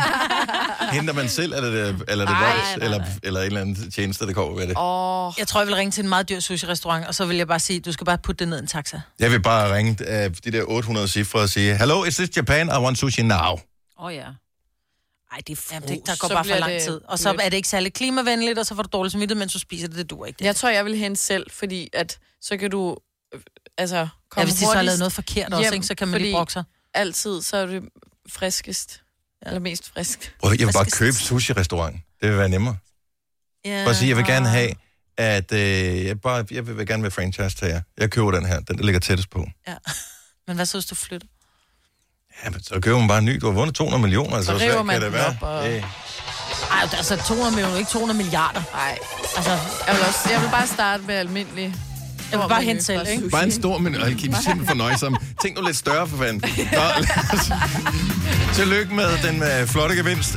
Henter man selv, eller er det, eller er det
Nej,
Vox,
nej,
eller,
nej.
eller en eller anden tjeneste, der kommer med det?
Åh,
Jeg tror, jeg vil ringe til en meget dyr sushi-restaurant, og så vil jeg bare sige, du skal bare putte det ned i en taxa.
Jeg vil bare ringe øh, de der 800 cifre og sige, Hello, is this Japan? I want sushi now.
Åh oh, ja. Ej, det er fros.
Jamen, det, der
så
går bare for
bliver
lang
det
tid. Og så
blødt.
er det ikke særlig klimavenligt, og så får du dårlig samvittighed, mens du spiser det. Det dur ikke. Det.
jeg tror, jeg vil hente selv, fordi at så kan du øh, altså
ja,
komme
hvis de så har lavet noget forkert også,
hjem,
ikke, så kan man fordi... lige
fordi-
brokke sig.
altid, så er det friskest. Ja. Eller mest frisk.
Prøv, jeg vil bare
skal-
købe sushi-restaurant. Det vil være nemmere.
Ja.
Prøv at sige, jeg vil gerne have, at øh, jeg, bare, jeg vil gerne være franchise-tager. Jeg køber den her, den der ligger tættest på.
Men hvad så, hvis du flytter?
Ja, men så køber man bare en ny. Du har vundet 200 millioner, altså,
Så
hvor
river
svært
man
kan det
den
være?
op, og-
Øh,
Ej, altså 200 millioner, ikke 200 milliarder.
Nej.
Altså,
Jeg vil, også, jeg vil bare starte med almindelig.
jeg vil bare hente selv, ikke?
Bare en stor, men og Kim simpelthen for nøjsom. Tænk nu lidt større for fanden. Nå, lad os- Tillykke med den øh, flotte gevinst.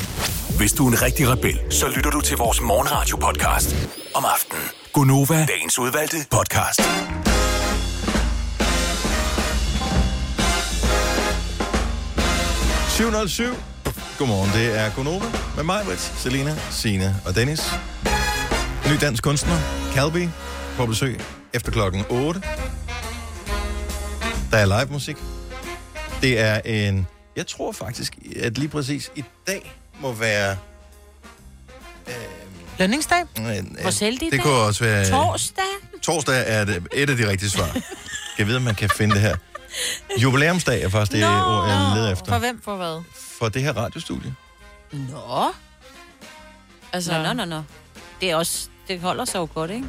Hvis du er en rigtig rebel, så lytter du til vores morgenradio-podcast om aftenen. Gunova, dagens udvalgte podcast.
Pff, 707 Godmorgen, det er Gonova med mig, Brits, Selina, Sine og Dennis. Ny dansk kunstner, Calby, på besøg efter klokken 8. Der er live musik. Det er en... Jeg tror faktisk, at lige præcis i dag må være...
Lønningsdag?
En, en,
Vores heldige
Øh, det
dag.
kunne også være...
Torsdag?
Torsdag er det, et af de rigtige svar. Jeg ved, om man kan finde det her. Jubilæumsdag er faktisk det no. ord, jeg leder
For
efter.
hvem? For hvad?
For det her radiostudie.
Nå.
Altså,
Nå, nå, nå, nå. Det er også... Det holder sig jo godt, ikke?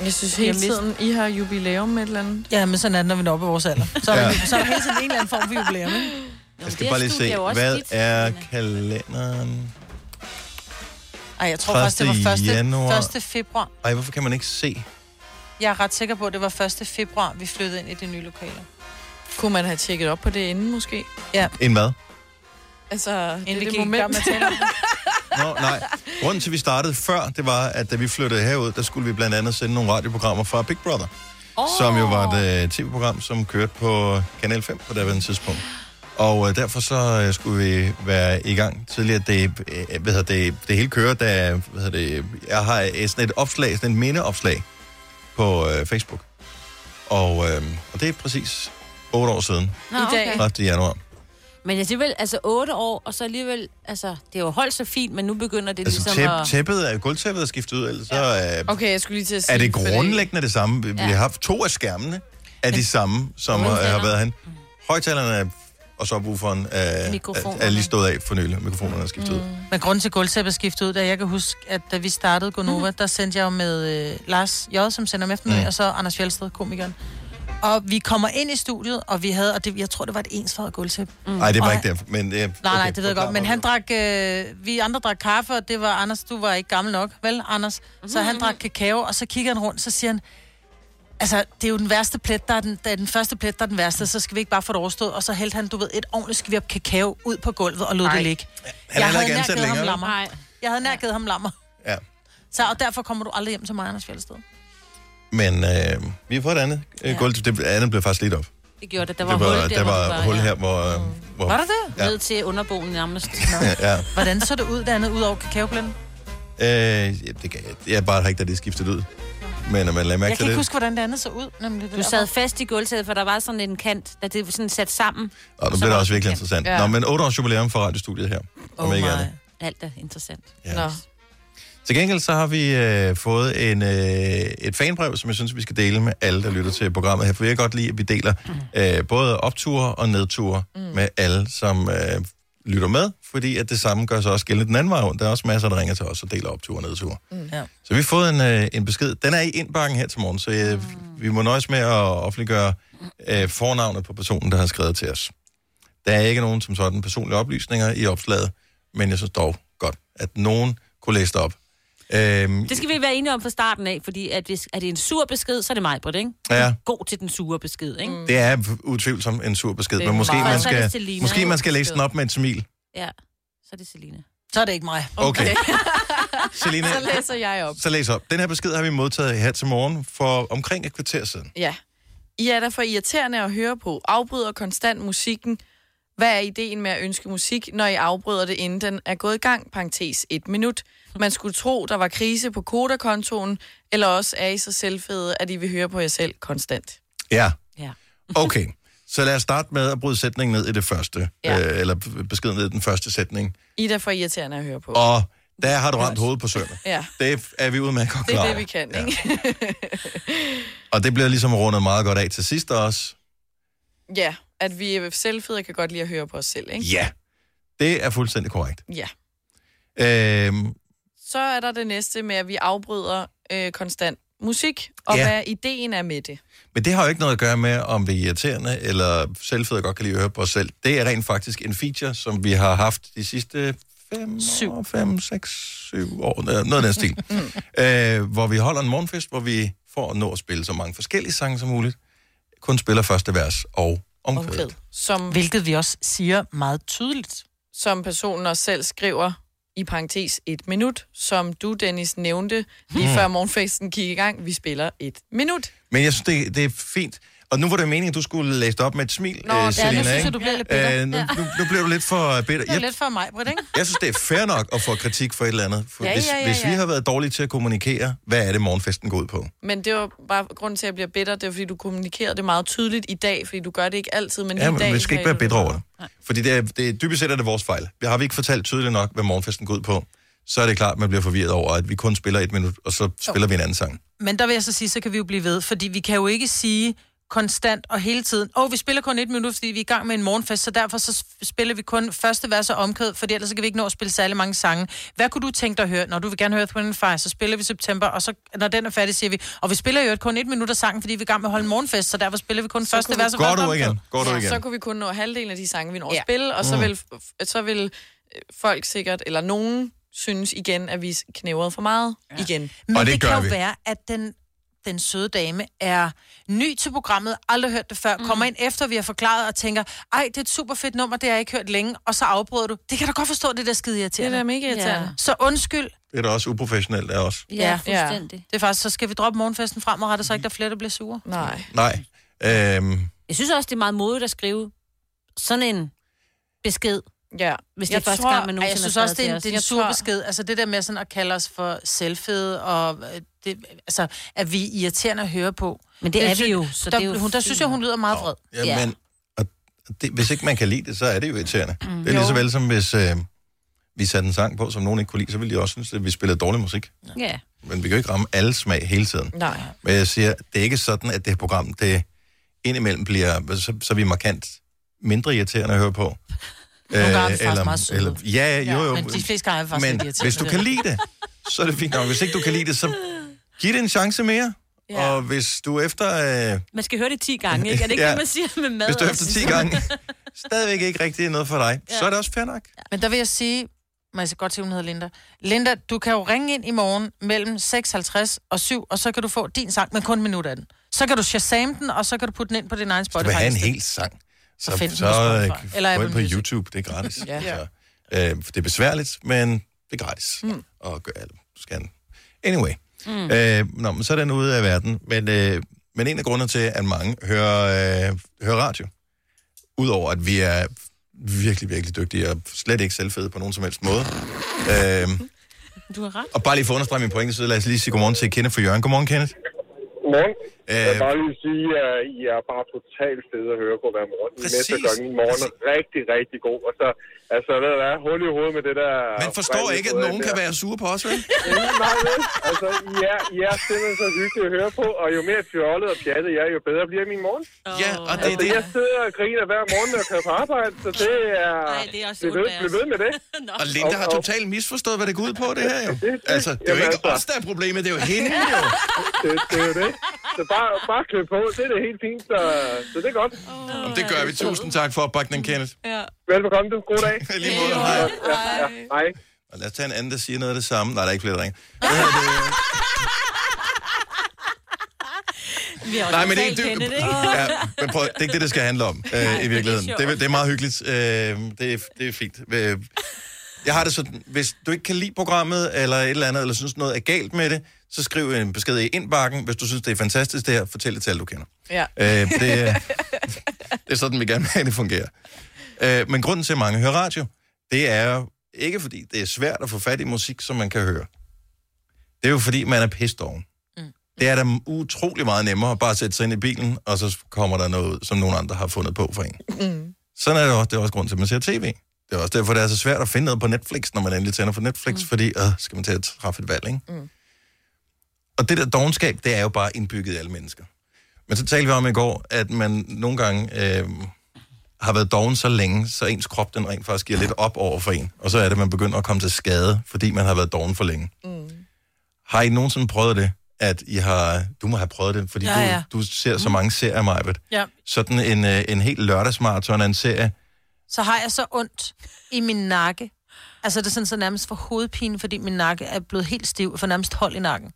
jeg synes
Jeg
hele
mist-
tiden, I har jubilæum med et eller andet.
Ja, men sådan er det, når vi når op i vores alder. Så er,
Ja.
ja. så er der hele tiden en eller anden form for jubilæum, ikke?
Jeg skal bare lige se, hvad er kalenderen?
Ej, jeg tror faktisk, det var 1.
1. januar.
1. februar.
Ej, hvorfor kan man ikke se?
Jeg er ret sikker på, at det var 1. februar, vi flyttede ind i det nye lokale.
Kunne man have tjekket op på det inden måske?
En hvad?
Altså, det er
vi
det
gik i gang
moment.
med tænder.
Nå, nej. Grunden til, at vi startede før, det var, at da vi flyttede herud, der skulle vi blandt andet sende nogle radioprogrammer fra Big Brother, oh. som jo var et uh, tv-program, som kørte på Kanal 5 på daværende tidspunkt. Og uh, derfor så uh, skulle vi være i gang tidligere. Det, uh, hvad hedder det, det hele kører, da hvad hedder det, jeg har øh, sådan et opslag, sådan et mindeopslag på uh, Facebook. Og, uh, og det er præcis 8 år siden,
Nå, I dag. Okay.
30. januar.
Men jeg alligevel, altså 8 år, og så alligevel, altså, det er jo holdt så fint, men nu begynder det
Altså
ligesom
tæp,
at...
tæppet, er- gulvtæppet er skiftet ud, ellers så uh,
Okay, jeg skulle lige til at sige,
Er det
fordi-
grundlæggende det samme? Vi ja. har haft to af skærmene af de samme, som har, har været han. Højtalerne er- og subwooferen er, er,
Mikrofonerne.
øh, er lige stået af for nylig. og Mikrofonerne er skiftet ud.
Men grunden til at gulvtæppet skiftede ud, da jeg kan huske, at da vi startede
Mhm.
Gonova, mm. der sendte jeg jo med øh, Lars J., som sender om eftermiddag,
Mm.
mm. og så Anders Fjeldsted, komikeren. Og vi kommer ind i studiet, og vi havde, og det, jeg tror, det var et ensfarvet gulvtæppe. Mm.
Nej, det var
Og
ikke derfor. Men, øh,
Nej, nej, det ved jeg godt, men han drak, øh, vi andre drak kaffe, og det var Anders, du var ikke gammel nok, vel, Anders? Så
Mhm.
han drak kakao, og så kigger han rundt, så siger han, altså, det er jo den værste plet, der er den, der er den første plet, der er den værste, så skal vi ikke bare få det overstået, og så hældte han, du ved, et ordentligt skvirp kakao ud på gulvet og lod det ligge.
Han er heller
jeg havde
ikke
nær
ansat
givet ham
længere.
lammer. Jeg havde nær givet ham lammer.
Ja.
Så, og derfor kommer du aldrig hjem til mig, Anders Fjeldsted.
Men øh, vi har fået et andet øh, gulv. Det andet blev faktisk lidt op.
Det gjorde det. Der var,
Det var,
hul der,
der
hvor du
var hul
ja.
her, hvor... Øh, hvor
Var der det?
Ja.
Ned til underboen nærmest.
Ja.
Hvordan så det ud dernede, ud over kakaoplænden?
Øh, ja, det kan jeg, jeg er bare har ikke, da det er skiftet ud. Men at man lagde mærke til
Jeg kan ikke
det.
huske, hvordan det andet så ud. Nemlig det
Du
der.
sad fast i gulvtæppet, for der var sådan en kant, da det var sådan sat sammen.
Og nu
så
bliver det
var
også
der
virkelig
en-
interessant.
Ja.
Nå, men 8 års jubilæum for radiostudiet her.
Oh my.
andet.
Alt er interessant.
Ja.
Nå.
Til gengæld så har vi øh, fået en, øh, et fanbrev, som jeg synes, vi skal dele med alle, der lytter til programmet her. For jeg kan godt lide, at vi deler øh, både opture og nedture mm. med alle, som øh, lytter med. Fordi at det samme gør sig også gældende den anden vej rundt. Der er også masser, der ringer til os og deler opture og nedture. Mm.
Ja.
Så vi har fået en, øh, en besked. Den er i indbakken her til morgen, så øh, vi må nøjes med at offentliggøre øh, fornavnet på personen, der har skrevet til os. Der er ikke nogen som sådan personlige oplysninger i opslaget, men jeg synes dog godt, at nogen kunne læse det op. Øhm,
Det skal vi være enige om fra starten af, fordi at hvis er det en sur besked, så er det mig, Britt, ikke?
Ja.
God til den sure besked, ikke? Mm.
det er utvivlsomt en sur besked,
Det er
men måske
meget-
man,
Så er det
skal,
Selina,
måske
ikke?
man skal læse den op med et smil.
Ja, så er det Selina.
Så er det ikke mig.
Okay. Selina,
Så læser jeg op.
så læs op. Den her besked har vi modtaget her til morgen for omkring et kvarter siden.
Ja. I er da for irriterende at høre på. Afbryder konstant musikken. Hvad er ideen med at ønske musik, når I afbryder det, inden den er gået i gang? Parentes et minut. Man skulle tro, der var krise på Koda-kontoen, eller også er I så selvfede, at I vil høre på jer selv konstant.
Ja.
Ja.
Okay, så lad os starte med at bryde sætningen ned i det første, ja.
Ja.
øh, eller beskeden ned i den første sætning.
I er da for irriterende at høre på.
Og der har du ramt hovedet på sømmet.
Ja.
Det er vi udmærket godt
Det
klar
er
over.
det, vi kan,
Ja.
ikke?
Og det bliver ligesom rundet meget godt af til sidst også.
Ja, at vi er selvfede og kan godt lide at høre på os selv, ikke?
Ja, det er fuldstændig korrekt.
Ja.
Øhm,
Så er der det næste med, at vi afbryder øh, konstant musik, og
Ja.
ja. hvad ideen er med det.
men det har jo ikke noget at gøre med, om vi er irriterende eller selvfede godt kan lide at høre på os selv. Det er rent faktisk en feature, som vi har haft de sidste 5,
Syv.
5 6, 7 år, noget noget af den stil. øh, hvor vi holder en morgenfest, hvor vi får at nå at spille så mange forskellige sange som muligt, kun spiller første vers og omkvædet.
Omkvædet. Som
Hvilket vi også siger meget tydeligt.
som personen også selv skriver i parentes et minut, som du, Dennis,
Mm.
nævnte lige før morgenfesten gik i gang. Vi spiller et minut.
Men jeg synes, det, det er fint. Og nu var det meningen, at du skulle læse det op med et smil, Nå, øh, Selina,
ja, nu synes
ikke?
jeg, du bliver lidt bitter.
Øh, nu, nu, nu blev du lidt for bitter.
Det er
Jeg,
lidt for mig, Britt, ikke?
jeg synes, det er fair nok at få kritik for et eller andet. For
Ja,
hvis,
ja, ja,
hvis vi
ja.
har været dårlige til at kommunikere, hvad er det, morgenfesten går ud på?
Men det var bare grunden til, at jeg bliver bitter. Det var, fordi du kommunikerede det meget tydeligt i dag, fordi du gør det ikke altid, men
Ja,
i dag...
men vi skal ikke
sagde
være
du-
bedre over det. Fordi det er, det er dybest set er det vores fejl. Vi har vi ikke fortalt tydeligt nok, hvad morgenfesten går ud på, så er det klart, man bliver forvirret over, at vi kun spiller et minut, og så spiller vi en anden sang.
Men der vil jeg så sige, så kan vi jo blive ved, fordi vi kan jo ikke sige konstant og hele tiden, åh, oh, vi spiller kun et minut, fordi vi er i gang med en morgenfest, så derfor så spiller vi kun første vers og omkød, for ellers så kan vi ikke nå at spille særlig mange sange. Hvad kunne du tænke dig at høre? Når du vil gerne høre Earth, Wind and Fire, så spiller vi september, og så når den er færdig, siger vi, og vi spiller jo kun et minut af sangen, fordi vi er i gang med at holde en morgenfest, så derfor spiller vi kun så første vers og
Går
første
du
omkød.
igen? Går du
Så
igen? Mm.
kunne vi kun nå halvdelen af de sange, vi når at
Ja.
spille, og så vil, f- så vil øh, folk sikkert, eller nogen, synes igen, at vi knævrede for meget ja. igen.
Men
Og
og
det
det, det
gør
kan jo
vi.
vi. være, at den, den søde dame er ny til programmet, aldrig hørt det før, mm. kommer ind efter, vi har forklaret og tænker, ej, det er et super fedt nummer, det har jeg ikke hørt længe, og så afbryder du. Det kan da godt forstå, det der skide
Det
irriterende.
er da mega irriterende.
Ja.
Så undskyld.
Det er da også uprofessionelt af os.
Ja, fuldstændig. Mm.
Det er faktisk, så skal vi droppe morgenfesten fremadrettet, så ikke der er flere, der bliver sure.
Nej.
Nej. Øhm,
Jeg synes også, det er meget modigt at skrive sådan en besked,
Ja.
hvis det
Jeg
er første
tror-
gang, man
Ej,
nogensinde
jeg synes
har
også,
skrevet
det er en,
til
det er en
os.
sur besked. Altså det der med sådan at kalde os for selvfede, og øh, det, altså, at vi er irriterende at høre på.
Men det er
synes-
vi jo, så
der,
det er jo
hun, der synes jeg,
fint.
hun lyder meget vred.
ja,
Ja.
men og det, hvis ikke man kan lide det, så er det jo irriterende. Det er lige så vel som hvis øh, vi satte en sang på, som nogen ikke kunne lide, så ville de også synes, at vi spillede dårlig musik.
Ja.
Men vi kan jo ikke ramme alle smag hele tiden.
Nej.
Men jeg siger, det er ikke sådan, at det her program, det indimellem bliver, så, så er vi markant mindre irriterende at høre på. Nogle
gange er vi faktisk meget søde.
Ja, jo, jo.
Men de fleste gange er vi faktisk lidt
men
irriterende.
hvis du kan lide det, så er det fint nok. Hvis ikke du kan lide det, så giv det en chance mere. Ja. Og hvis du efter, øh,
Man skal høre det 10 gange, ikke? Er det ikke
Ja.
ja. det, man siger med mad?
hvis du
og
efter
sådan
10 gange stadigvæk ikke rigtig er noget for dig, ja. så er det også fair nok.
Men der vil jeg sige, men jeg skal godt til, hun hedder Linda. Linda, du kan jo ringe ind i morgen mellem 6.50 og 7, og så kan du få din sang, men kun en minut af den. Så kan du shazam den, og så kan du putte den ind på din egen
Du
Spotify.
vil have en
liste.
hel sang. Så,
find
så,
den
så
på Spotify.
øh,
Eller
gå ind
Apple
på
Music.
YouTube, det er gratis.
Ja.
Så, øh, det er besværligt, men det er gratis. Mm. Og gør alt. Du skal den. Anyway. Mm. Øh, nå, men så er den ude af verden. Men, øh, men en af grundene til, at mange hører, øh, hører radio, udover at vi er virkelig, virkelig dygtige og slet ikke selvfede på nogen som helst måde. Øh,
noget. Du har ret.
og bare lige for at understrege min pointe, så lad os lige sige godmorgen til Kenneth for Jørgen. Godmorgen, Kenneth.
Morgen. Jeg
Øh,
vil bare lige sige, at I er bare totalt fede at høre på hver morgen. I
Præcis. Altså-
næste gang i morgen er rigtig, rigtig god. Og så, altså, ved du hvad, hul i hovedet med det der...
Man forstår ikke, at nogen kan være sure på os, vel?
Nej, vel? altså, I er, I er simpelthen så hyggelige at høre på, og jo mere fjollet og pjattet jeg er, jo bedre bliver min morgen.
Ja, og det er
Altså,
det,
jeg sidder og griner hver morgen, når jeg kører på arbejde, så det er...
Ej, det er også
bliv ved,
ondt af os.
bliv ved med det.
Nå.
Og Linda har
Og- og-
totalt misforstået, hvad det går ud på, det her jo. Altså, det er jo
Jamen,
ikke
altså.
os, der er problemet, det er jo hende jo.
Det, det er jo det. Så bare, bare klø på, det er det helt fint, så, så det er godt.
Jamen, det gør vi. Tusind tak for opbakningen, Kenneth.
Velbekomme, du. God dag.
I Lige måde, hej.
Hej.
Og lad os tage en anden, der siger noget af det samme. Nej, der er ikke flere, der ringer. Hvad hedder det?
Vi har også
Nej, men det er
totalt
ikke
kendt,
det. Ja, men prøv, det er ikke det, det skal handle om øh, i virkeligheden. Det er, det er meget hyggeligt. Øh, det, er, det er fint. Øh, jeg har det sådan, hvis du ikke kan lide programmet, eller et eller andet, eller synes noget er galt med det, så skriv en besked i indbakken. Hvis du synes, det er fantastisk det her, fortæl det til alle, du kender.
Ja.
Øh, det, er- det er sådan, vi gerne vil have, det fungerer. Øh, men grunden til, at mange hører radio, det er jo ikke fordi, det er svært at få fat i musik, som man kan høre. Det er jo fordi, man er pissed oven. Det er da utrolig meget nemmere at bare sætte sig ind i bilen, og så kommer der noget ud, som nogen andre har fundet på for en. Mm. Sådan er det også. Det er også grunden til, at man ser tv. Det er også derfor, det er så svært at finde noget på Netflix, når man endelig tænder for Netflix, mm. fordi øh, skal man til at træffe et valg, ikke? Mm. Og det der dogenskab, det er jo bare indbygget i alle mennesker. Men så talte vi om i går, at man nogle gange øh, har været doven så længe, så ens krop den rent faktisk giver lidt op over for en. Og så er det, at man begynder at komme til skade, fordi man har været doven for længe. Mm. Har I nogensinde prøvet det? At I har, du må have prøvet det, fordi ja,
Ja,
ja. Mm.
ja.
Du, du ser så mange serier, Majbet.
Ja.
Sådan en, øh, en helt lørdagsmarathon af en serie.
Så har jeg så ondt i min nakke. Altså det er sådan så nærmest for hovedpine, fordi min nakke er blevet helt stiv og for nærmest hold i nakken.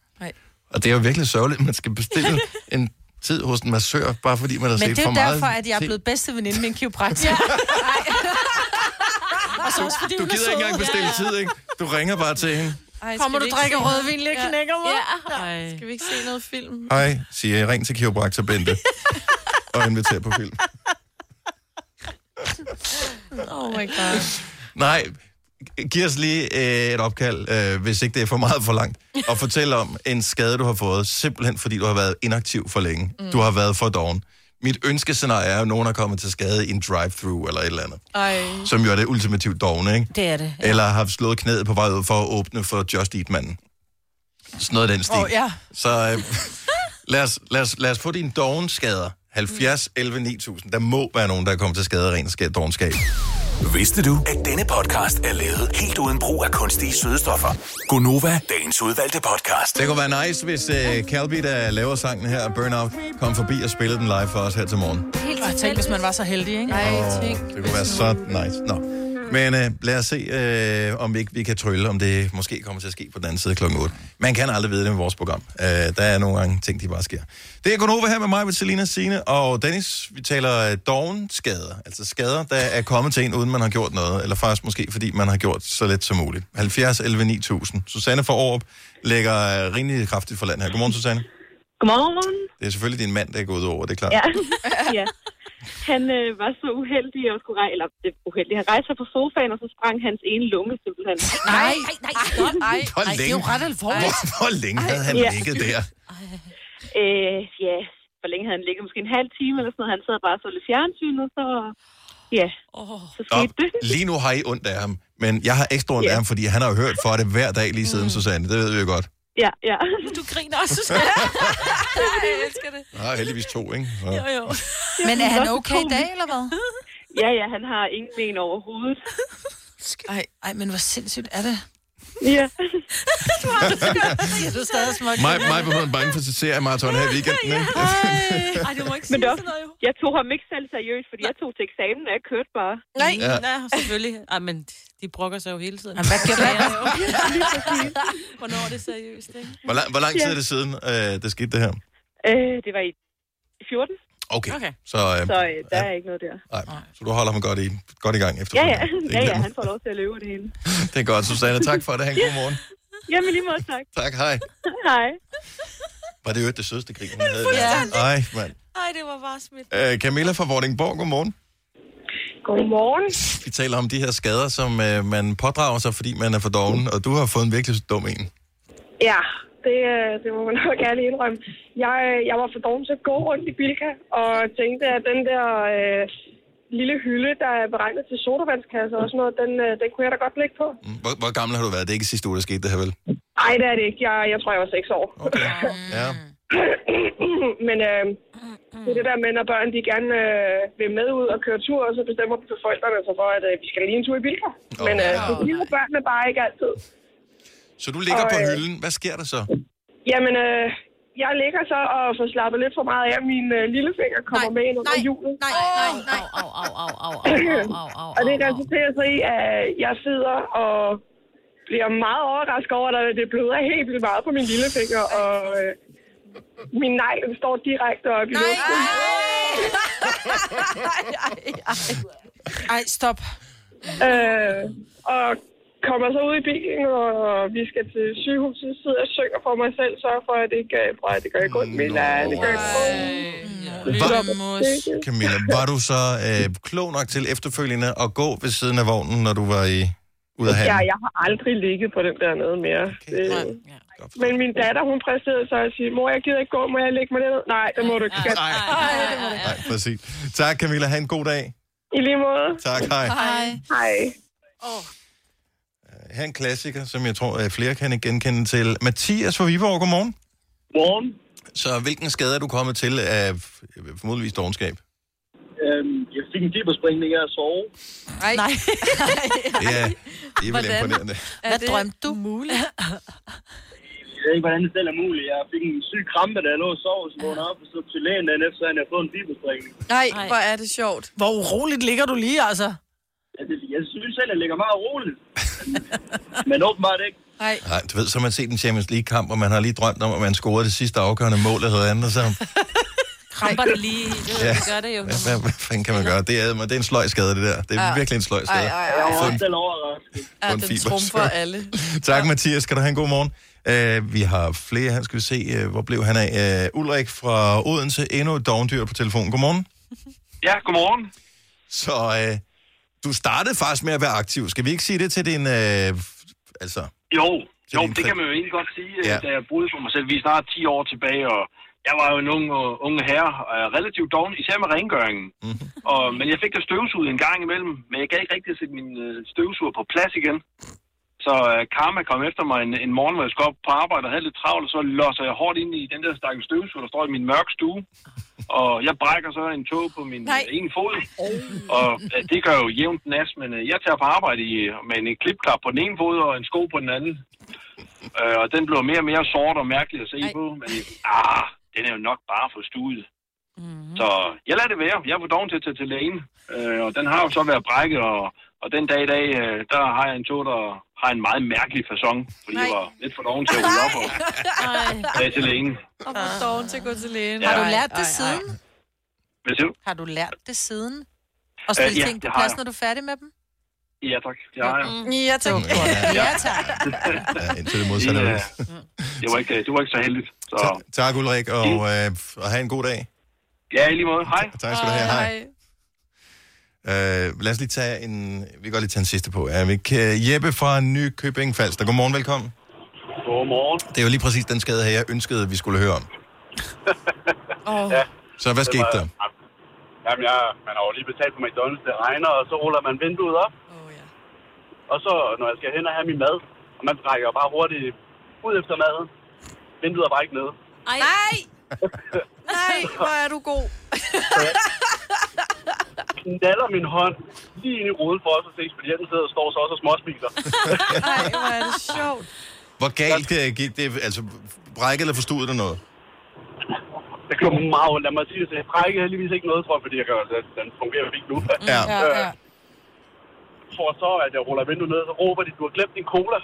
Og det er jo virkelig sørgeligt, at man skal bestille en tid hos en massør, bare fordi man har
Men
set
det er
altså, for
jo
meget.
derfor, at jeg er
te-
blevet bedste veninde med en kiropraktor. ja. Og så også fordi
Du
hun er
gider ikke engang
sød.
bestille tid, ikke? Du ringer bare til hende.
Ej,
Kommer
skal vi
du
ikke
drikker
se-
rødvin, lige knækker mig?
Ja. Ej.
Skal vi ikke se noget film?
Hej, siger jeg. Ring til kiropraktor Bente. og invitere på film.
Oh my god.
Nej, giv os lige øh, et opkald, øh, hvis ikke det er for meget for langt, og fortæl om en skade, du har fået, simpelthen fordi du har været inaktiv for længe. Mm. Du har været for doven. Mit ønskescenarie er, at nogen er kommet til skade i en drive-thru eller et eller andet,
Ej.
som jo er det ultimativt dogne, ikke?
Det er det. Ja.
Eller har slået knæet på vej ud for at åbne for Just Eat-manden. Sådan noget af den stil.
Åh, ja.
Så øh, lad, os, lad, os, lad os få dine dogenskader. 70, 11, 9000. Der må være nogen, der er kommet til skade af ren skæ- dogenskab.
Vidste du, at denne podcast er lavet helt uden brug af kunstige sødestoffer? Gonova, dagens udvalgte podcast.
Det kunne være nice, hvis uh, Calbi, der laver sangen her, Burnout, kom forbi og spillede den live for os her til morgen.
Helt
Og tænk, hvis man var så heldig, ikke?
Ej, tænk.
Det kunne være så nice. Nå. Men uh, lad os se, uh, om vi ikke vi kan trylle, om det måske kommer til at ske på den anden side klokken 8. Man kan aldrig vide det med vores program. Uh, der er nogle gange ting, de bare sker. Det er Gunova her med mig, med Selina, Signe og Dennis. Vi taler uh, dovenskader, altså skader, der er kommet til en, uden man har gjort noget. Eller faktisk måske, fordi man har gjort så let som muligt. 70 11 9000. Susanne fra Aarup lægger uh, rimelig kraftigt for land her. Godmorgen, Susanne.
Godmorgen.
Det er selvfølgelig din mand, der er gået ud over, det er klart.
Ja. ja. Han øh, var så uheldig at skulle rejse, eller det er uheldig, han rejste sig på sofaen, og så sprang hans ene lunge simpelthen.
Nej,
Nej, nej, stop.
Ej.
Hvor
nej, det er jo
længe,
ret alvorligt.
hvor, hvor længe havde han
Ja.
ligget der?
Øh, ja, hvor længe havde han ligget? Måske en halv time eller sådan noget. Han sad bare og så lidt fjernsyn, og så, ja,
Oh.
så skete det.
Lige nu har I ondt af ham, men jeg har ekstra ondt
Ja.
af ham, fordi han har jo hørt for det hver dag lige siden, Susanne. Det ved vi jo godt.
Ja, ja.
Du griner også, Susanne. jeg elsker det.
Der er heldigvis to, ikke? Så.
Jo, jo.
Men er han okay i dag, eller hvad?
Ja, ja, han har ingen ben overhovedet.
Ej, ej, men hvor sindssygt er det?
Ja.
Ja, du er stadig smuk.
Mig, mig var hun bange for sit serie maraton her i weekenden, ikke?
Ej, du må ikke
Men
sige
det var-
sådan noget, jo.
Jeg tog ham ikke selv seriøst, fordi jeg tog til eksamen, og jeg kørte bare.
Nej,
Ja.
ja. nej, selvfølgelig. Ej, men de brokker sig jo hele tiden.
Jamen, hvad gør du?
Hvornår er det seriøst, ikke?
Hvor, lang, hvor lang tid er det siden, øh, det skete det her?
Øh, det var i 14,
Okay.
Okay.
Så, øh,
så øh,
ja,
der er ikke noget der.
nej. så du holder ham godt i, godt i gang efter.
Ja, ja,
Det,
ja,
er
ja,
ikke-
han får lov til at løbe det hele.
det er godt, Susanne. Tak for det. Ha' en god morgen.
Jamen lige måde, tak.
Tak, hej.
Hej.
Var det jo det sødeste krig, hun havde? Ja. Ej, mand.
Ej, det var bare smidt.
Øh, Camilla fra Vordingborg, godmorgen.
Godmorgen.
Vi taler om de her skader, som øh, man pådrager sig, fordi man er for doven, og du har fået en virkelig dum en.
Ja, det, øh, det må man nok gerne indrømme. Jeg, øh, jeg var for doven til at gå rundt i Bilka, og tænkte, at den der øh, lille hylde, der er beregnet til sodavandskasser og sådan noget, den, øh, den kunne jeg da godt lægge på.
Mm, Hvor, hvor gammel har du været? Det er ikke sidste uge, der skete det her, vel?
Nej, det er det ikke. Jeg, jeg tror, jeg var seks år.
Okay. Ja.
Men øh, det er det der med, når børn de gerne øh, vil med ud og køre tur, og så bestemmer forældrene sig for, at øh, vi skal lige en tur i Bilka. Men øh, det giver børnene bare ikke altid.
Så du ligger på
Og, øh,
hylden. Hvad sker der så?
Jamen, øh, jeg ligger så og får slappet lidt for meget af. Min øh, lillefinger kommer nej, med ind under
nej,
hjulet.
Nej, nej, nej.
Au, au, au, au, au, au, au, au, au,
Og det
au, au.
resulterer så i, at jeg sidder og bliver meget overrasket over, at det bløder helt vildt meget på min lillefinger. Og øh, min negl den står direkte op i luften.
Ej, stop.
Øh, og kommer så ud i bilen, og vi skal til sygehuset, sidder og synger for mig selv, sørger for, at det ikke øh, for at det gør ikke ondt, Mila, det gør ikke ondt.
Camilla, var du så øh, klog nok til efterfølgende at gå ved siden af vognen, når du var i ude af
Ja,
handen?
jeg har aldrig ligget på den der nede mere. Det,
Godt.
Men min datter, hun præsterede så at sige, mor, jeg gider ikke gå, må jeg lægge mig ned? Nej, det må du ikke. skat."
Nej, nej, præcis. Tak, Camilla. Ha' en god dag.
I lige måde.
Tak, hej.
Ej.
Hej.
Her er en klassiker, som jeg tror, at flere kan genkende til. Mathias fra Viborg, godmorgen.
Morgen.
Så hvilken skade er du kommet til af øh, formodentligvis dogenskab?
Øhm, jeg fik en dipperspringning af at sove.
Ej. Nej.
Ja, det er vel
Hvordan?
imponerende.
Hvad drømte du?
Muligt.
Jeg ved ikke, hvordan det selv er muligt. Jeg fik en syg krampe, da jeg lå og sov, så vågnede jeg op og så til lægen dagen efter, at jeg havde fået en dipperspringning.
Nej,
Ej.
hvor er det sjovt.
Hvor uroligt ligger du lige, altså?
Altså, jeg synes selv, at jeg ligger meget roligt. Men åbenbart ikke.
Nej.
Nej, du ved, så har man set en Champions League-kamp, og man har lige drømt om, at man scorede det sidste afgørende mål, eller andet, så
Kramper det lige. Det,
Ja.
det gør det jo. Ah.
hvad, hvad, hvad fanden kan man gøre? Det er, det er en sløj skade, det der. Det er ja. virkelig en sløj skade.
Ej, ej,
Jeg
ej.
var også selv overrasket.
Ja,
Kun
den
fiber,
trumfer
så.
alle.
Tak, Mathias. Skal du have en god morgen? Øh, vi har flere. Han skal vi se, øh, hvor blev han af? Øh, Ulrik fra Odense. Endnu et dogendyr på telefonen. Godmorgen.
Ja, godmorgen.
Så øh, du startede faktisk med at være aktiv. Skal vi ikke sige det til din... Øh, f- altså,
Jo,
Så det er
jo
en
det
fed-
kan man jo egentlig godt sige,
Ja.
ja. da jeg boede for mig selv. Vi er snart 10 år tilbage, og jeg var jo en ung, og- ung herre, og jeg er relativt doven, især med rengøringen.
Mhm.
Mm-hmm. Og, men jeg fik da støvsud en gang imellem, men jeg gad ikke rigtig sætte min øh, støvsuger på plads igen. Så øh, Karma kom efter mig en, en morgen, hvor jeg skulle op på arbejde og havde lidt travlt, og så losser jeg hårdt ind i den der stakke støvsuger, der står i min mørke stue. Og jeg brækker så en tog på min
Nej.
Nej. ene fod, og øh, det gør jo jævnt nas, men øh, jeg tager på arbejde i, med en klipklap på den ene fod og en sko på den anden. Øh, og den blev mere og mere sort og mærkelig at se
Ej.
Ej. på. Men ah, den er jo nok bare for studet.
Mhm.
Mm-hmm. Så jeg lader det være. Jeg var doven til at tage til lægen. Øh, og den har jo så været brækket, og, og den dag i dag, øh, der har jeg en tog, der har en meget mærkelig façon. Fordi
Nej.
jeg var lidt for doven til at rulle op og tage til lægen.
Og hvor står hun til at gå til lægen?
Har du
Ej,
lært det siden?
Hvad siger du?
Har du lært det siden? Og
Øh,
stille
ja,
ting på
det har
plads,
jeg.
når du er færdig med dem?
Ja, tak. Ja, ja.
Mm.
Ja, tak.
Ja, tak.
ja, indtil det modsatte.
Ja.
Yeah.
Det, var ikke, øh, det var ikke så heldigt. Så
Ta- tak, Ulrik, og, øh, f- og have en god dag.
ja, i lige måde. Hej.
Tak skal du have. Hej. Øh, lad os lige tage en... Vi kan godt lige tage en sidste på. Ja, vi kan, Jeppe fra Nykøbing Falster. Godmorgen, velkommen.
Godmorgen.
Det er jo lige præcis den skade her, jeg ønskede, vi skulle høre om.
Åh,
Så hvad skete der?
Jamen, jeg, man har jo lige betalt på McDonald's, det regner, og så ruller man vinduet op.
åh, ja.
Og så, når jeg skal hen og have min mad, og man trækker jo bare hurtigt ud efter maden, vinduet er bare ikke nede.
Ej,
Nej! Nej, hvor er du god.
Knaller min hånd lige ind i ruden for os at se ekspedienten sidder og står så også og småspiser.
Nej, hvor er det sjovt.
Hvor galt øh, gik det? Altså, brækket eller forstod det noget?
Det gjorde meget ondt, lad mig sige det. så Jeg trækker heldigvis ikke noget, tror jeg, fordi jeg kan, den, den fungerer jo fint nu.
Ja.
Øh, tror så, at jeg ruller vinduet ned, så råber de, du har glemt din cola.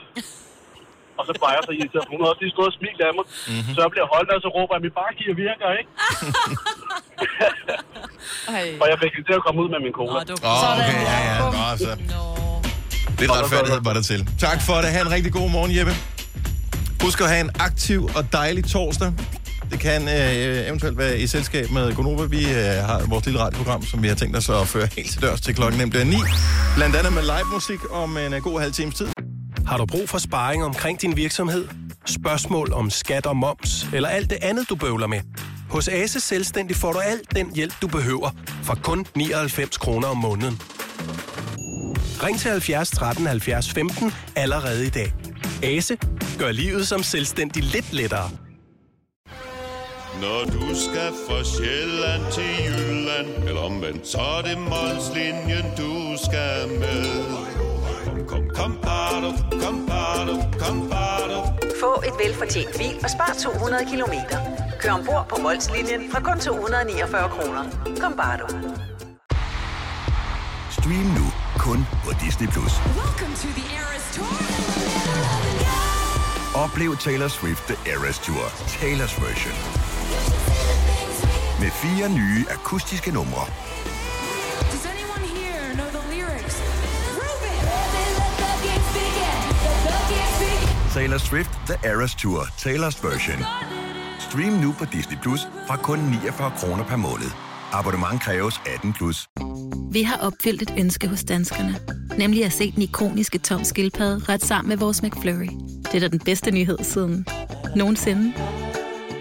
og så bare jeg så irriteret, for hun har også lige stået og smilt af mig.
Mhm.
Mm-hmm. Så jeg bliver holdt, og så råber jeg, mit bargear virker, ikke?
Ej.
Og jeg fik det til at komme ud med min cola.
Åh, det var
Åh, oh, okay, ja, ja. Nå, så. Lidt retfærdighed var der til. Tak for det. Ha' en rigtig god morgen, Jeppe. Husk at have en aktiv og dejlig torsdag. Det kan øh, eventuelt være i selskab med Gonova. Vi øh, har vores lille radioprogram, som vi har tænkt os at føre helt til dørs til klokken nemt er 9. Blandt andet med live musik om en øh, god halv times tid.
Har du brug for sparring omkring din virksomhed? Spørgsmål om skat og moms, eller alt det andet, du bøvler med? Hos Ase Selvstændig får du alt den hjælp, du behøver, for kun 99 kroner om måneden. Ring til 70 13 70 15 allerede i dag. Ase gør livet som selvstændig lidt lettere.
Når du skal fra Sjælland til Jylland Eller omvendt, så er det Molslinjen, du skal med Kom, kom, kom, bado, kom, bado, kom, bado.
Få et velfortjent bil og spar 200 kilometer. Kør ombord på Molslinjen fra kun 249 kroner. Kom bare du.
Stream nu kun på Disney+. Plus. Oplev Taylor Swift The Eras Tour, Taylor's version. Med fire nye akustiske numre. Taylor Swift The Eras Tour, Taylor's version. Stream nu på Disney Plus fra kun 49 kroner per måned. Abonnement kræves 18 plus.
Vi har opfyldt et ønske hos danskerne. Nemlig at se den ikoniske tom skildpadde ret sammen med vores McFlurry. Det er da den bedste nyhed siden nogensinde.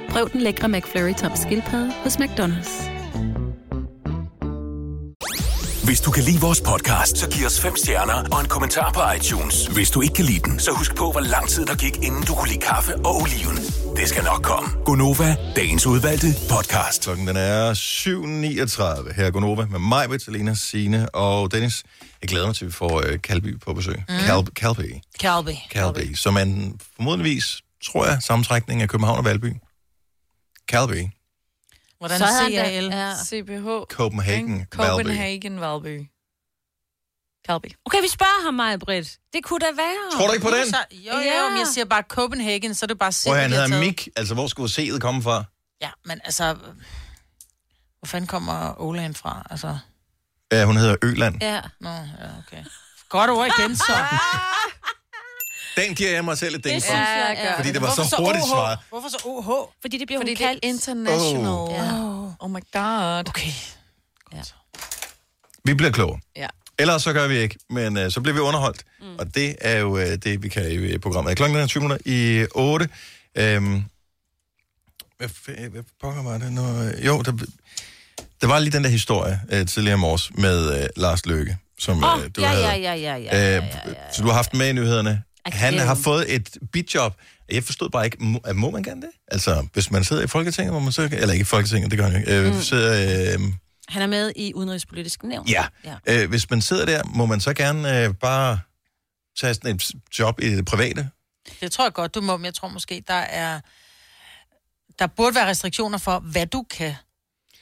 Prøv den lækre McFlurry tom skildpadde hos McDonald's.
Hvis du kan lide vores podcast, så giv os fem stjerner og en kommentar på iTunes. Hvis du ikke kan lide den, så husk på, hvor lang tid der gik, inden du kunne lide kaffe og oliven. Det skal nok komme. Gonova, dagens udvalgte podcast.
Klokken den er 7.39. Her er Gonova med mig, Vitalina, Signe og Dennis. Jeg glæder mig til, at vi får øh, Kalby på besøg. Mm. Kalby. Kalby.
Calby.
Calby, som er en formodentligvis, tror jeg, sammentrækning af København og Valby. Calby,
Hvordan
Så havde han da-
CAL?
ja.
CPH.
Copenhagen, Valby.
Copenhagen Valby. Kalby.
Okay, vi spørger ham, Maja Britt. Det kunne da være.
Tror du ikke på den?
Så, jo, jo, men jeg siger bare Copenhagen, så er det bare
Prøv
sikkert,
at han
jeg har
hedder
taget-
Mik. Altså, hvor skulle C'et komme fra?
Ja, men altså... Hvor fanden kommer Olaen fra? Altså,
Ja, hun hedder Øland.
Ja.
nå, ja, okay. Godt ord igen, så.
Den giver jeg mig selv et ding
Det
for.
synes jeg, ja.
Fordi det var
Hvorfor
så
så
hurtigt
OH?
svaret.
Hvorfor så OH?
Fordi det bliver
Fordi
hun
det er
kaldt.
international.
Oh.
Oh. Yeah. oh my god.
Okay.
Vi bliver klogere.
Ja.
Ellers så gør vi ikke, men øh, så bliver vi underholdt. Mm. Og det er jo øh, det, vi kan i øh, programmet. Klokken er 20 minutter i 8. Øhm, hvad, f- hvad pokker var det nu? Jo, der, der var lige den der historie øh, tidligere i morges med øh, Lars Løkke, som
Åh,
øh, du
ja,
havde.
ja, ja, ja, ja, ja, Øhm.
Øh, Så du har haft den med i nyhederne. Han
kæmpe.
har fået et bidjob. Jeg forstod bare ikke, må, må man gerne det? Altså, hvis man sidder i Folketinget, hvor man så... Eller ikke i Folketinget, det gør han jo ikke. Øh,
Mm.
mm. sidder, øh,
Han er med i Udenrigspolitisk Nævn.
Ja.
ja.
Øh, hvis man sidder der, må man så gerne øh, bare tage sådan et s- job i det private?
Det tror jeg godt, du må, men jeg tror måske, der er... Der burde være restriktioner for, hvad du kan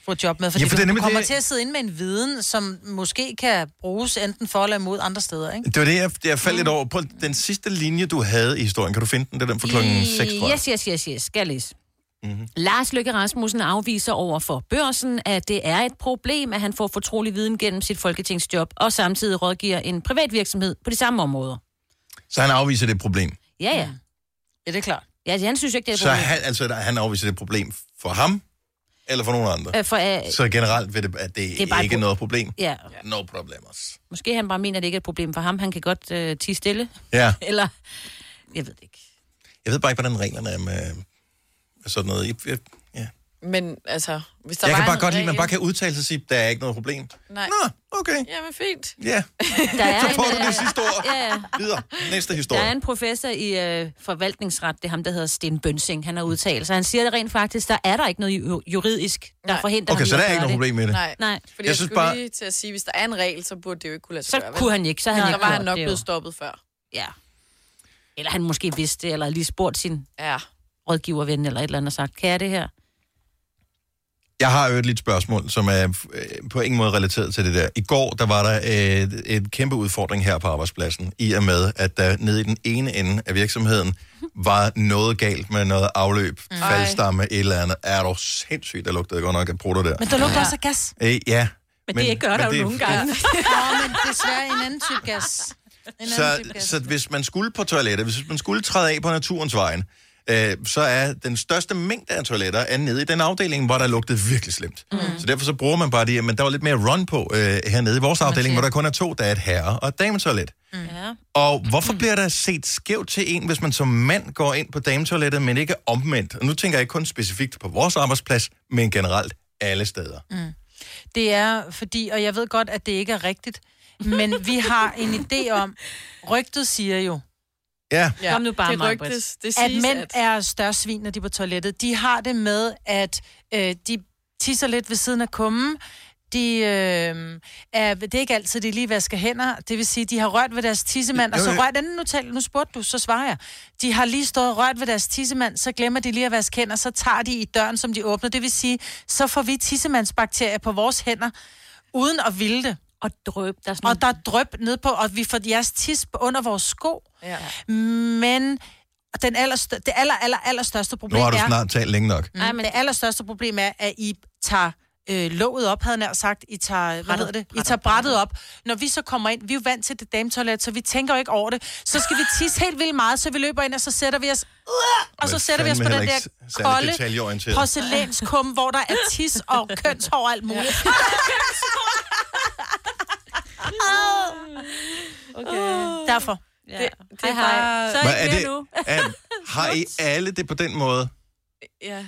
få job med. Fordi
Ja, for
ja, for
det er
du, du
nemlig
kommer
det-
til at sidde inde med en viden, som måske kan bruges enten for eller imod andre steder, ikke?
Det var det, jeg, jeg faldt
Mm.
lidt over. På den sidste linje, du havde i historien, kan du finde den? Det er den fra klokken 6, tror jeg.
Øh,
Mhm.
Yes, yes, yes, yes. Skal jeg læse. Mm-hmm. Lars Løkke Rasmussen afviser over for børsen, at det er et problem, at han får fortrolig viden gennem sit folketingsjob, og samtidig rådgiver en privat virksomhed på de samme områder.
Så han afviser det problem.
Ja, ja.
Mm. Ja, det er klart.
Ja, han synes jo ikke, det er et
Så
problem.
han, altså, der- han afviser det problem for ham, eller for nogen andre?
Øh, for, øh,
så generelt ved det, at det,
det er bare et
ikke er
pro-
noget problem?
Ja.
No problemers.
Måske han bare mener, at det ikke er et problem for ham. Han kan godt øh, tige stille.
Ja.
Eller, jeg ved det ikke.
Jeg ved bare ikke, hvordan reglerne er med med sådan noget. Jeg, jeg, ja.
Men altså, hvis der
jeg
var
kan bare
en
godt lide, at man
øh,
regel-
bare kan udtale sig og sige, der er ikke noget problem.
Nej.
Nå, okay.
Jamen fint.
Ja,
Der er
så får
en,
du
øh,
det sidste ord.
Ja, ja.
Videre. Næste
Der
historie.
er en professor i øh, forvaltningsret, det er ham, der hedder Sten Bønsing, han har udtalt sig. Han siger det rent faktisk, der er der ikke noget ju- juridisk, der Nej. forhindrer
Okay,
ham i
så
at
der er
gøre
ikke noget
det.
problem med det.
Nej,
Nej.
fordi jeg, jeg synes skulle bare... lige til at sige, hvis der er en regel, så burde det jo ikke kunne lade sig
Så
gøre.
kunne han ikke, så havde
Nej,
han
der
ikke
var han
gjort
nok
det, jo.
blevet stoppet før.
Ja. Eller han måske vidste det, eller lige spurgt sin
ja.
rådgiverven eller et eller andet og sagt, kan jeg det her?
Jeg har jo et lidt spørgsmål, som er øh, på ingen måde relateret til det der. I går, der var der øh, et kæmpe udfordring her på arbejdspladsen, i og med, at der nede i den ene ende af virksomheden var noget galt med noget afløb,
Mm.
faldstamme, et eller andet. Er du sindssygt, der lugtede godt nok af prutter der.
Men der lugter også af gas.
Øh, ja.
Nå, men desværre en anden type gas. En anden
Så,
type gas.
så hvis man skulle på toilettet, hvis man skulle træde af på naturens vejen, øh, så er den største mængde af toiletter er nede i den afdeling, hvor der lugtede virkelig slemt. Mm. Så derfor så bruger man bare det, men der var lidt mere run på øh, hernede i vores afdeling, hvor der kun er to, der er et herre- og et dametoilet.
Ja.
Og hvorfor bliver der set skævt til en, hvis man som mand går ind på dametoilettet, men ikke omvendt? Og nu tænker jeg ikke kun specifikt på vores arbejdsplads, men generelt alle steder.
Mm. Det er fordi, og jeg ved godt, at det ikke er rigtigt, men vi har en idé om, rygtet siger jo,
Ja.
Ja. Kom nu bare, Det Maj-Brit. rygtes. Det
at
siges,
mænd
at-
er større svin, når de er på toilettet. De har det med, at øh, de tisser lidt ved siden af kummen. De, øh, er, det er ikke altid, de lige vasker hænder. Det vil sige, de har rørt ved deres tissemand, og
Jo,
så
jo.
rørt den nu, tal, nu spurgte du, så svarer jeg. De har lige stået og rørt ved deres tissemand, så glemmer de lige at vaske hænder, så tager de i døren, som de åbner. Det vil sige, så får vi tissemandsbakterier på vores hænder, uden at ville det.
Og drøb. Der
og der er drøb ned på, og vi får jeres tis under vores sko.
Ja.
Men den allerstør- det aller, aller, allerstørste
Nu
problem
har du
er...
snart talt længe nok.
Nej, men det allerstørste problem er, at I tager øh, låget op, havde jeg nær sagt. I tager, hvad hedder det? I tager brættet op. Når vi så kommer ind, vi er jo vant til det dametoilet, så vi tænker jo ikke over det. Så skal vi tisse helt vildt meget, så vi løber ind, og så sætter vi os... Og så
Men
sætter vi os på den
fandme
der
heller ikke særlig
kolde
detaljeorienteret.
porcelænskum, hvor der er tis og kønshår og alt muligt.
Ah.
okay. Derfor. Ja. Det,
det er bare- Så
Hvad er det? Er, har I alle det på den måde?
Ja.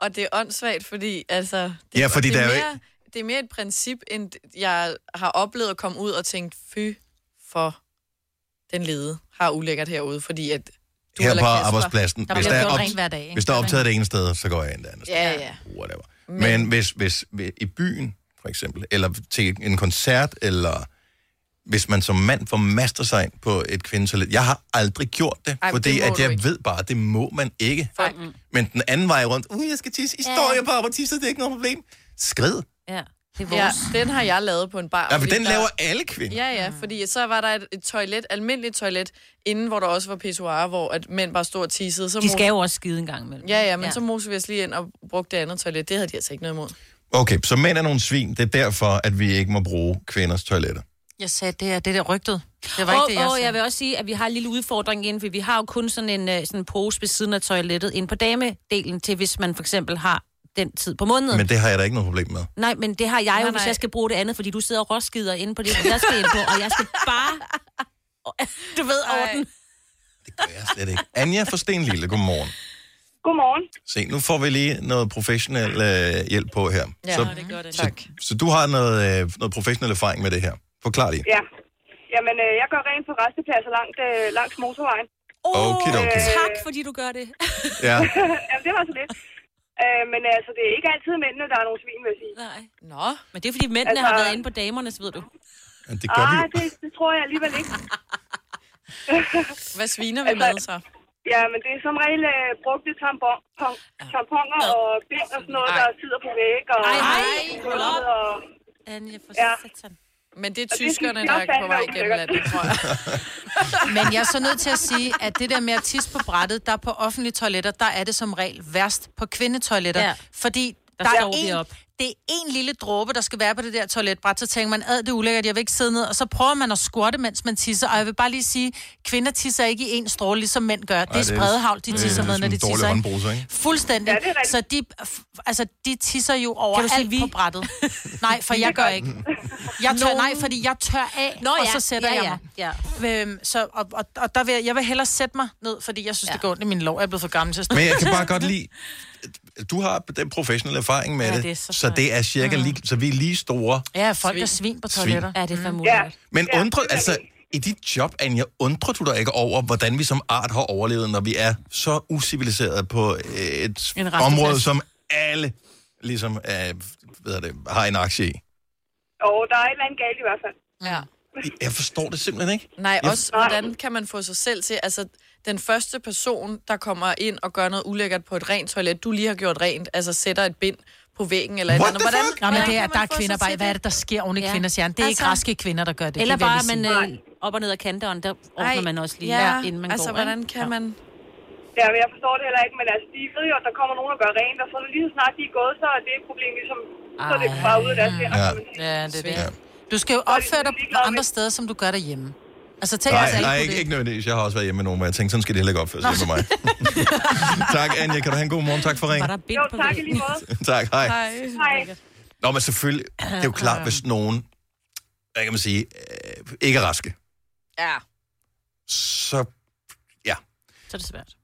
Og det er åndssvagt, fordi altså... Det,
Ja, fordi
det
der er jo
mere, Det er mere et princip, end jeg har oplevet at komme ud og tænkt, fy for den lede har ulækkert herude, fordi at du
her
eller
på
Kasper-
arbejdspladsen.
Der
hvis,
bliver
der er
gjort
op,
rent hver dag, ikke?
hvis der er optaget det ene sted, så går jeg ind det andet.
Ja, ja.
Whatever. Men, Men hvis, hvis, hvis i byen, for eksempel, eller til en koncert, eller hvis man som mand får master sig ind på et kvindetoilet. Jeg har aldrig gjort det,
Ej,
Ej,
men
fordi
det
det
må
at
du
jeg
ikke.
ved bare, det må man ikke.
Fuck.
Men den anden vej rundt, uh, jeg skal tisse, I står
Ja.
jo bare på tisset, det er ikke noget problem. Skrid.
Ja, det er
vores. Ja, den har jeg lavet på en bar.
Ja, for
fordi
den
der-
laver alle kvinder.
Ja, ja, fordi så var der et, et toilet, almindeligt toilet, inden hvor der også var pissoir, hvor at mænd bare stod og tissede. Så
De skal
mos-
jo også skide en gang imellem.
Ja, ja, men ja. så mosede vi os lige ind og brugte det andet toilet. Det havde de altså ikke noget imod.
Okay, så mænd er nogle svin. Det er derfor, at vi ikke må bruge kvinders toiletter.
Jeg sagde, det er det der rygtet. Det var
og,
ikke det, jeg
og
sagde.
jeg vil også sige, at vi har en lille udfordring inden, for vi har jo kun sådan en, øh, sådan en pose ved siden af toilettet ind på damedelen til, hvis man for eksempel har den tid på måneden.
Men det har jeg da ikke noget problem med.
Nej, men det har jeg jo,
Nej,
nej, hvis
nej.
jeg skal bruge det andet, fordi du sidder og råskider inde på det, som jeg skal ind på, og jeg skal bare... Du ved, over den.
Jeg er slet ikke. Anja fra Stenlille, godmorgen.
Godmorgen.
Se, nu får vi lige noget professionel øh, hjælp på her.
Ja,
så,
det er godt,
så,
tak.
så, du har noget, øh, noget professionel erfaring med det her. Forklar lige.
Ja. Jamen, øh, jeg går rent på restepladser langt, øh, langs motorvejen.
Okidoki.
tak, fordi du gør det.
Ja.
Jamen, det var så lidt. Øh, men altså, det er ikke altid mændene, der er nogle svin, vil jeg sige.
Nej. Nå, men det er fordi mændene
Altså-
altså... har været inde på damerne, så ved du.
Men det
gør vi
ah,
jo.
det, det tror jeg alligevel ikke.
Hvad sviner vi med så?
Ja, men det er som regel øh, brugte tampon, pon, tamponer og bind og sådan noget, der sidder på væg. Og,
Ej, nej, hold op.
og,
Anja, for
ja.
Men
Og
det er
det synes
tyskerne,
jeg
der er
fandme
på vej
er
igennem landet, tror jeg.
Men jeg er så nødt til at sige, at det der med at tisse på brættet, der på offentlige toiletter, der er det som regel værst på kvindetoiletter. Ja.
Ja.
Fordi der,
Der
der er
står vi
en,
op.
det er en lille dråbe, der skal være på det der toiletbræt, så tænker man, ad det er ulækkert, jeg vil ikke sidde ned, og så prøver man at squatte, mens man tisser. Og jeg vil bare lige sige, kvinder tisser ikke i en stråle, ligesom mænd gør. det er ligesom spredehavl, de tisser med, når de tisser. ikke?
håndbruse, ikke?
Fuldstændig. Ja, så de, f- altså, de tisser jo over alt på brættet. Nej, for jeg gør ikke. Jeg tør, nej, fordi jeg tør af, Nå, og
ja.
så sætter
Ja,
jeg
ja.
mig. Ja. Øhm, så, og, og, og der vil jeg, jeg vil hellere sætte mig ned, fordi jeg synes, ja. det går ondt i min lov. Jeg er blevet for gammel til at stå.
Men jeg kan bare godt lide, at du har den professionelle erfaring med
Ja,
det,
det er så
så det er cirka lige, så vi er lige store.
Ja, folk svin. er svin på
Svin.
toiletter.
Ja, det er fandme
ja.
Men undrer, altså, i dit job, Anja, undrer du dig ikke over, hvordan vi som art har overlevet, når vi er så usiviliserede på øh, et
En resteplads.
område, som alle ligesom øh, hvad er det, har en aktie i?
og der er et eller andet galt i hvert fald.
Ja.
Jeg forstår det simpelthen ikke.
Nej,
jeg,
også hvordan kan man få sig selv til, altså den første person, der kommer ind og gør noget ulækkert på et rent toilet, du lige har gjort rent, altså sætter et bind på væggen eller et eller andet. Hvordan,
Nå, men
hvordan
det er,
kan
at der
man
er
få sig
kvinder
til
bare, hvad er det, der sker oven i ja. kvinders hjerne? Det er altså, ikke
Altså-
raske kvinder, der gør det.
Eller
det vil jeg
bare,
lige
man
sige.
øh, op og ned ad kanteren, der åbner man også lige,
ja,
ja. inden man
altså,
går.
hvordan kan man...
Ja, men jeg forstår det heller ikke, men altså, de ved jo, at der kommer nogen og gør rent, og så lige så snart de er gået, så er det et problem ligesom, så er det
Ej.
bare ud af deres hænder.
Ja.
kan man sige.
Ja, det er det. Ja. Du skal jo opføre dig på andre steder, som du gør derhjemme. Altså, tænk os
Nej,
alle
nej
på
ikke,
det.
ikke nødvendigvis. Jeg har også været hjemme med nogen, hvor jeg tænkte, sådan skal det heller ikke opføre sig med mig. tak, Anja. Kan du have en god morgen? Tak for ringen.
Jo, tak i lige måde.
tak, hej. hej.
Hej.
Nå, men selvfølgelig, det er jo klart, hvis nogen, hvad kan man sige, øh, ikke er raske,
Ja.
så, ja.
Så er det svært.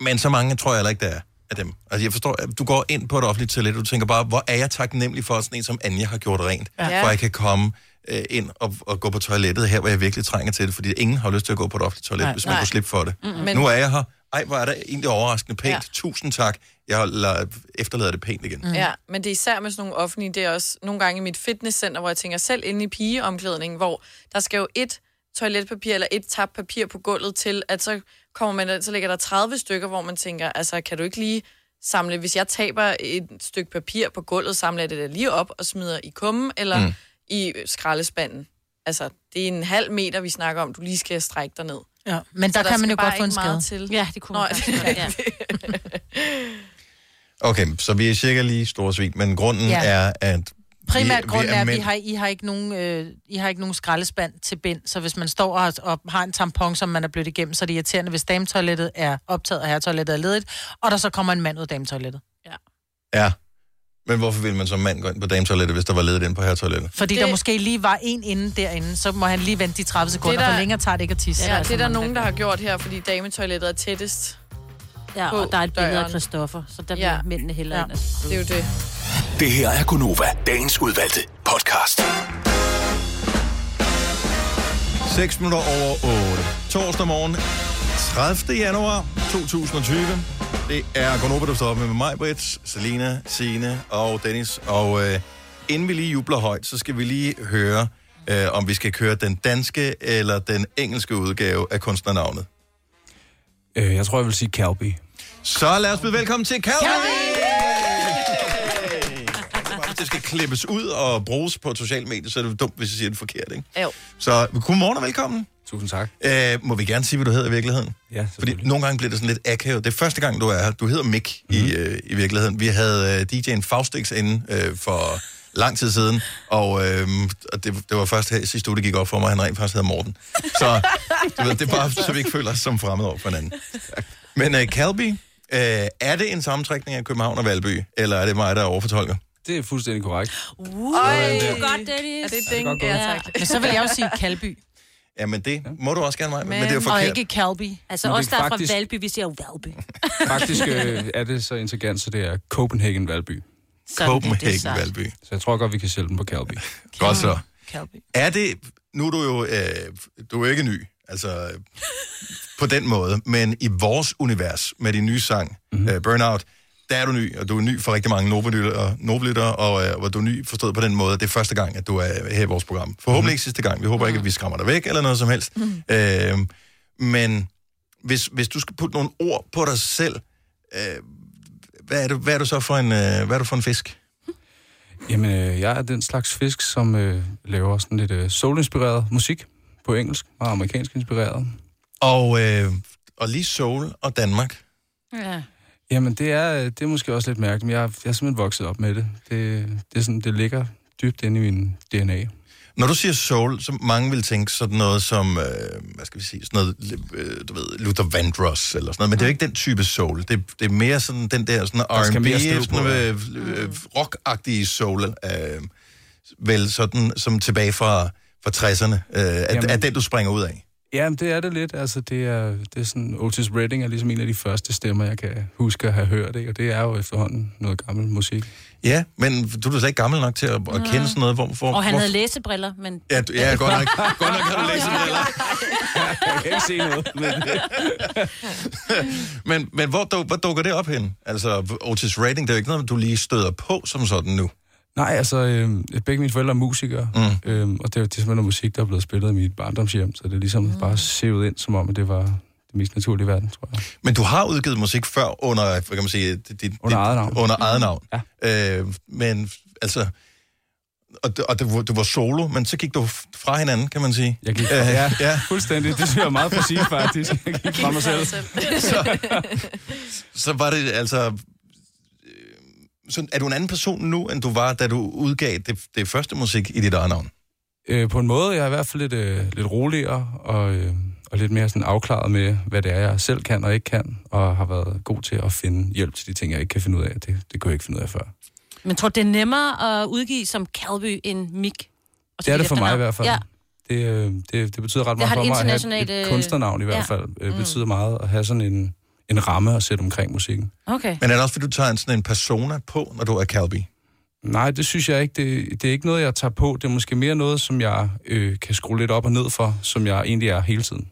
Men så mange tror jeg heller ikke, der er af dem. Altså, jeg forstår, at du går ind på et offentligt toilet, og du tænker bare, hvor er jeg taknemmelig for sådan en, som Anja har gjort rent,
Ja.
ja. for jeg kan komme øh, ind og, og gå på toilettet her, hvor jeg virkelig trænger til det, fordi ingen har lyst til at gå på et offentligt toilet,
Nej.
Nej. hvis man
Nej.
kunne slippe for det.
Mm-mm.
Men...
Men-
Nu er jeg her. Ej, hvor er det egentlig overraskende pænt.
Ja.
Ja. Tusind tak. Jeg lader, efterlader det pænt igen.
Mm. Ja, men det er især med sådan nogle offentlige, det er også nogle gange i mit fitnesscenter, hvor jeg tænker selv inde i pigeomklædningen, hvor der skal jo et toiletpapir eller et tabt papir på gulvet til, at så kommer man ind, så ligger der 30 stykker, hvor man tænker, altså kan du ikke lige samle, hvis jeg taber et stykke papir på gulvet, samler jeg det der lige op og smider i kummen eller mm.
Mm.
i skraldespanden. Altså, det er en halv meter, vi snakker om, du lige skal strække dig ned.
Ja, men der,
Så
der kan man
skal
jo
bare
godt få en
ikke meget
skade.
Til.
Ja, det kunne man faktisk godt, ja.
Okay, så vi er cirka lige store svin, men grunden
Ja.
ja. er, at
Primært
vi,
grunden er, at vi
mænd.
har, I, har ikke nogen, øh, I har ikke nogen skraldespand til bind, så hvis man står og, har- og har en tampon, som man er blødt igennem, så er det irriterende, hvis dametoilettet er optaget, og herretoilettet er ledigt, og der så kommer en mand ud af dametoilettet.
Ja. Men hvorfor ville man som mand gå ind på dametoilettet, hvis der var ledet ind på herretoilettet?
Fordi det... der måske lige var en inde derinde, så må han lige vente de 30 sekunder,
der-
der... for længere tager det ikke at tisse. Altså,
Ja, det er der
mange,
nogen, der har gjort her, fordi dametoilettet er tættest.
Ja,
på
og der er et billede af
døren.
Christoffer, så der bliver mændene hellere ja.
Ja,
ind. Altså.
det er jo det.
Det her er Gunova, dagens udvalgte podcast.
6 minutter over 8. Torsdag morgen, 30. januar 2020. Det er Gonova, der står op med mig, Britt, Selina, Sine og Dennis. Og øh, inden vi lige jubler højt, så skal vi lige høre, øh, om vi skal køre den danske eller den engelske udgave af kunstnernavnet.
Øh, jeg tror, jeg vil sige Calby.
Så lad os byde velkommen til Calvin! Hvis det skal klippes ud og bruges på sociale medier, så er det jo dumt, hvis jeg siger det forkert, ikke?
Jo.
Så godmorgen og velkommen.
Tusind tak.
Øh, må vi gerne sige, hvad du hedder i virkeligheden?
Ja,
Fordi nogle gange bliver det sådan lidt akavet. Det er første gang,
Mhm.
du er her. Du hedder Mick mm. i, øh, i virkeligheden. Vi havde øh, DJ'en Faustix inde øh, for lang tid siden, og, øh, og det, det var først her i sidste uge, det gik op for mig, at han rent faktisk hedder Morten. Så du ved, det er bare, så vi ikke føler os som fremmede over for hinanden. Men øh, Calby, øh, er det en sammentrækning af København og Valby, eller er det mig, der overfortolker?
Det er fuldstændig korrekt.
Uh,
Ej.
det er godt, Dennis. Er det
ding? Ja,
Ja, tak. Men så vil jeg jo sige Kalby.
Ja, men det må du også gerne, mig, men, men det er jo
Og
forkert.
ikke Kalby.
Altså
Men det er
os, der er
faktisk-
fra Valby, vi siger jo Valby.
Faktisk øh, er det så intelligent, så det er Copenhagen Valby.
Sådan, Copenhagen det er sejt.
Valby.
Så jeg tror godt, vi kan sælge dem på Calby.
Godt så.
Kalby.
Er det, nu er du jo, øh, du er jo ikke ny, altså øh, på den måde, men i vores univers med din nye sang, mm-hmm. øh, Burnout, der er du ny, og du er ny for rigtig mange nobelyttere, nobelyttere og, øh, og du er ny forstået på den måde, det er første gang, at du er her i vores program. Forhåbentlig ikke sidste gang, vi håber ikke, at vi skræmmer dig væk eller noget som helst. Mm. Øh, men hvis, hvis du skal putte nogle ord på dig selv, øh, hvad, er du, hvad er du så for en, øh, hvad er du for en fisk?
Jamen, øh, jeg er den slags fisk, som øh, laver sådan lidt øh, soul-inspireret musik på engelsk og amerikansk inspireret.
Og, øh, og lige soul og Danmark.
Ja.
Jamen, det er, øh, det er måske også lidt mærkeligt, men jeg, jeg er simpelthen vokset op med det. Det, det, er sådan, det ligger dybt inde i min DNA.
Når du siger soul, så mange vil tænke sådan noget som, øh, hvad skal vi sige, sådan noget, øh, du ved, Luther Vandross eller sådan noget, men det er jo ikke den type soul. Det, det er mere sådan den der sådan
Der skal
R&B,
mere støv på,
sådan noget, øh, øh, rock-agtige soul, øh, vel sådan som tilbage fra, fra 60'erne, øh, at,
Jamen.
at den du springer ud af.
Jamen, det er det lidt. Altså, det er, det er sådan, Otis Redding er ligesom en af de første stemmer, jeg kan huske at have hørt, ikke? og det er jo efterhånden noget gammel musik.
Ja, men du er da slet ikke gammel nok til at, at kende sådan noget. Hvor, hvor,
Og han
hvor,
havde læsebriller, men...
Ja, du- ja, godt nok. Godt nok havde du
læsebriller.
Jeg kan ikke se noget. Men...
men, men hvor, duk- hvor dukker det op hen? Altså, Otis Redding, det er jo ikke noget, du lige støder på som sådan nu.
Nej, altså, øh, begge mine forældre er musikere, mm. øh, og det, er- det er simpelthen noget musik, der er blevet spillet i mit barndomshjem, så det er ligesom mm. bare sevet ind, som om at det var det mest naturlige i verden, tror jeg.
Men du har udgivet musik før under, hvad kan man sige, dit, dit,
Under eget navn.
Under eget navn. Ja. Øh, men altså, og, det- og det, var- du var solo, men så gik du f- fra hinanden, kan man sige. Øh,
Jeg gik fra- ja, fuldstændig. Det synes jeg er meget præcist, faktisk. Jeg gik fra mig selv.
så, så var det altså... øh, Så er du en anden person nu, end du var, da du udgav det, det første musik i dit eget navn?
Øh, på en måde, jeg er i hvert fald lidt, øh, lidt roligere og, øh, og lidt mere sådan afklaret med, hvad det er, jeg selv kan og ikke kan, og har været god til at finde hjælp til de ting, jeg ikke kan finde ud af. Det, det kunne jeg ikke finde ud af før.
Men tror du, det er nemmere at udgive som Calby end Mick? Og så
Det er det
dit
for mig i
efternavn.
hvert fald.
Ja.
Det, øh, det, det betyder ret
Det
meget
har
for
et
mig at have
internationalt,
et, et
øh,
kunstnernavn i hvert
ja. Mm.
fald. Det øh, betyder meget at have sådan en, en ramme at sætte omkring musikken.
Okay.
Men er det også, fordi du tager en, sådan en persona på, når du er Calby?
Nej, det synes jeg ikke. Det, det er ikke noget, jeg tager på. Det er måske mere noget, som jeg øh, kan skrue lidt op og ned for, som jeg egentlig er hele tiden.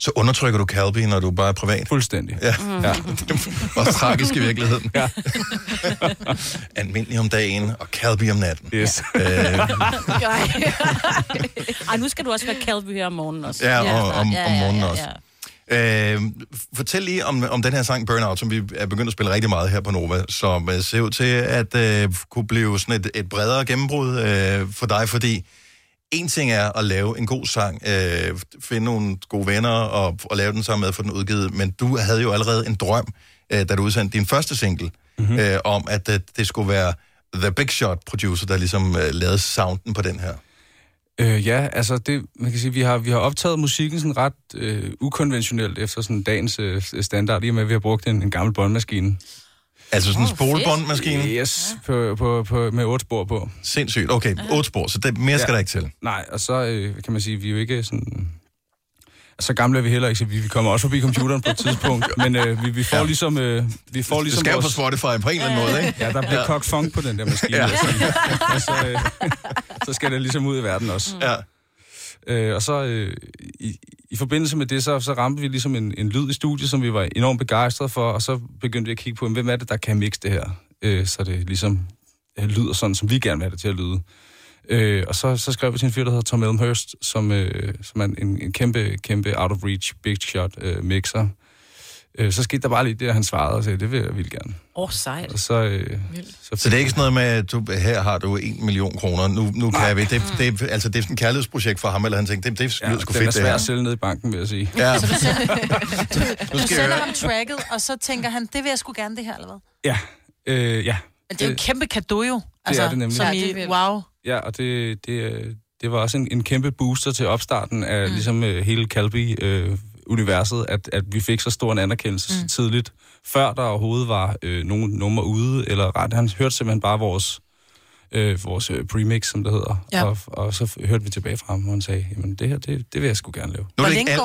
Så undertrykker du Calby, når du bare er privat?
Fuldstændig.
Ja.
Mm.
ja. Det var tragisk i virkeligheden. Ja. Almindelig om dagen, og Calby om natten.
Yes.
Øh,
Ej, nu skal du også være Calby her om morgenen også.
Ja, og- om- om morgenen
ja,
også.
Ja.
Øh, fortæl lige om, om den her sang Burnout, som vi er begyndt at spille rigtig meget her på Nova, som øh, ser ud til at øh, kunne blive sådan et, et bredere gennembrud øh, for dig, fordi en ting er at lave en god sang, øh, finde nogle gode venner og, og lave den sammen med for den udgivet, men du havde jo allerede en drøm, øh, da du udsendte din første single,
Mhm.
mm-hmm. øh, om at øh, det skulle være The Big Shot producer, der ligesom øh, lavede sounden på den her.
Øh, ja, altså det, man kan sige, vi har, vi har optaget musikken sådan ret øh, ukonventionelt efter sådan dagens øh, standard, i og med, at vi har brugt en, en gammel båndmaskine.
Altså sådan en oh, spolebåndmaskine?
Yes, på, på, på, med otte spor på.
Sindssygt. Okay, otte spor, så det, mere skal der ikke til.
Nej, og så øh, kan man sige, vi er jo ikke sådan... Så gamle er vi heller ikke, så vi, vi kommer også forbi computeren på et tidspunkt, men øh, vi, vi får ligesom... Øh, vi får
Du
ligesom
skal jo på Spotify på en eller anden måde, ikke?
Ja, der bliver ja. kogt funk på den der maskine.
Ja.
Ja. Og så, øh, så skal det ligesom ud i verden også.
Mm. Ja.
Øh, og så øh, i, i forbindelse med det, så, så ramte vi ligesom en, en lyd i studiet, som vi var enormt begejstrede for, og så begyndte vi at kigge på, hvem er det, der kan mixe det her? Øh, så det ligesom øh, lyder sådan, som vi gerne vil have det til at lyde. Øh, og så, så skrev vi til en fyr, der hedder Tom Elmhurst, som, øh, som er en, en kæmpe, kæmpe out of reach, big shot øh, mixer. Øh, så skete der bare lige det, at han svarede og sagde, det vil jeg vildt gerne.
Åh, oh, sejt.
Og så, øh, så,
Så det er ikke sådan noget med, at du, her har du en million kroner, nu, nu kan vi. Det, det, er- altså, det er sådan et kærlighedsprojekt for ham, eller han tænkte, det, det lyder sgu
den
fedt,
er
det
svær
her.
at sælge ned i banken, vil jeg sige.
Ja.
Altså, du sender, du
Nu skal jeg
sender
høre.
ham tracket, og så tænker han, det vil jeg sgu gerne det her, eller hvad?
Ja, øh, ja.
Men det er jo et kæmpe kado jo.
altså, er det nemlig.
Som i, wow.
Ja, og det, det, øh, det var også en, en kæmpe booster til opstarten af mm. ligesom øh, hele Calbi-universet, at, at vi fik så stor en anerkendelse mm.
Mm.
tidligt, før der overhovedet var øh, nogen nummer ude, eller ret. Han hørte simpelthen bare vores, øh, vores øh, premix, som det hedder,
Ja.
og, og så f- hørte vi tilbage fra ham, og han sagde, jamen det her, det, det vil jeg sgu gerne lave.
Nu er det ikke alle-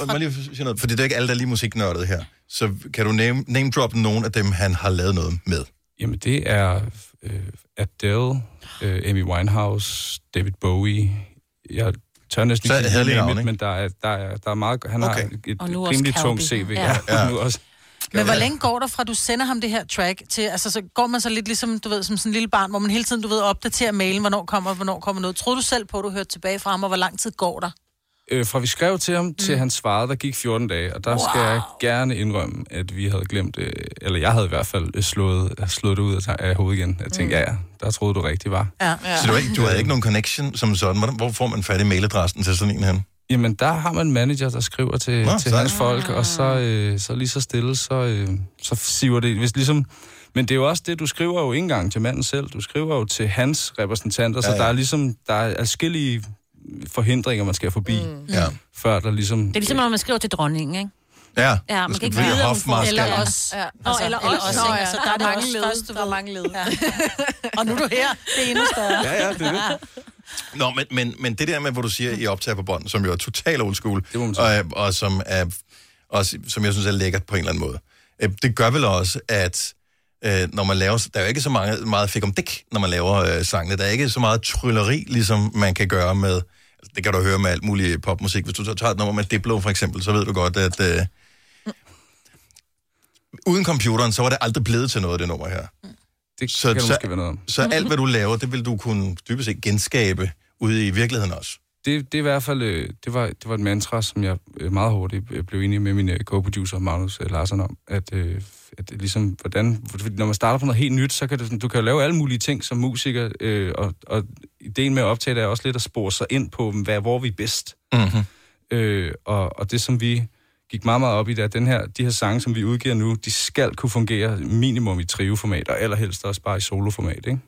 Øh, må jeg lige sige noget, fordi det er ikke alle, der er lige musiknørdet her. Så kan du name, name drop nogen af dem, han har lavet noget med?
Jamen det er øh, Adele, øh, Amy Winehouse, David Bowie. Jeg tør næsten
Så
ikke sige
havde lige
name
navn,
it,
ikke?
men der er, der er, der er meget... Han okay. har et
Og nu også
rimelig
Calbi.
tungt CV.
Ja.
Ja. Og nu også,
Men hvor længe går der fra, du sender ham det her track, til, altså så går man så lidt ligesom, du ved, som sådan en lille barn, hvor man hele tiden, du ved, opdaterer mailen, hvornår kommer, hvornår kommer noget. Tror du selv på, at du hørte tilbage fra ham, og hvor lang tid går der?
øh, fra vi skrev til ham,
Mm.
til han svarede, der gik 14 dage, og der wow. skal jeg gerne indrømme, at vi havde glemt, øh, eller jeg havde i hvert fald øh, slået, slået det ud af, af hovedet igen. Jeg tænkte, mm. ja, ja, der troede du rigtigt var.
Ja.
Så du, har ikke, du havde ikke nogen connection som sådan? Hvordan- Hvor får man fat i mailadressen til sådan en her?
Jamen, der har man en manager, der skriver til,
Nå,
Nå, til
sejt.
hans folk, og så,
Ah.
øh, så lige så stille, så, øh, så siver det. Hvis ligesom, men det er jo også det, du skriver jo ikke engang til manden selv, du skriver jo til hans repræsentanter, ja,
Ja,
ja. så der
ja.
er ligesom, der er adskillige forhindringer, man skal forbi, mm.
Ja.
før der ligesom...
Det er ligesom, når man skriver til dronningen, ikke?
Ja,
Ja, man kan ikke vide, om hun får-
hofmarskal.
Eller
os.
Ja.
Ja.
Nå, eller os,
også,
nå
ikke?
ja.
Altså,
Der
der
er
er det
mange
også
led.
først, du
Der er mange led.
Ja. Og nu er du her, det er endnu større.
Ja, ja, det er det. Nå, men, men, men det der med, hvor du siger, I optager på bånd, som jo er total old school, og, og som, er, og, som jeg synes er lækkert på en eller anden måde, øh, det gør vel også, at øh, når man laver, der er jo ikke så mange, meget fik om dæk, når man laver øh, sangene. Der er ikke så meget trylleri, ligesom man kan gøre med, altså, det kan du høre med alt muligt popmusik. Hvis du så tager et nummer med Diplo for eksempel, så ved du godt, at øh, uden computeren, så var det aldrig blevet til noget, det nummer her.
Det
så,
kan der
så,
måske være noget om.
Så alt, hvad du laver, det vil du kunne dybest set genskabe ude i virkeligheden også.
det, det er i hvert fald øh, det var, det var et mantra, som jeg øh, meget hurtigt øh, blev enig med min øh, co-producer Magnus øh, Larsen om, at, øh, at ligesom, hvordan, fordi når man starter på noget helt nyt, så kan det, sådan- du kan jo lave alle mulige ting som musiker, øh, og, og ideen med at optage det er også lidt at spore sig ind på, hvad, hvor vi er bedst.
Mm-hmm.
Øh, og, og det, som vi gik meget, meget op i, det er, at den her, de her sange, som vi udgiver nu, de skal kunne fungere minimum i trioformat, og allerhelst også bare i soloformat, ikke?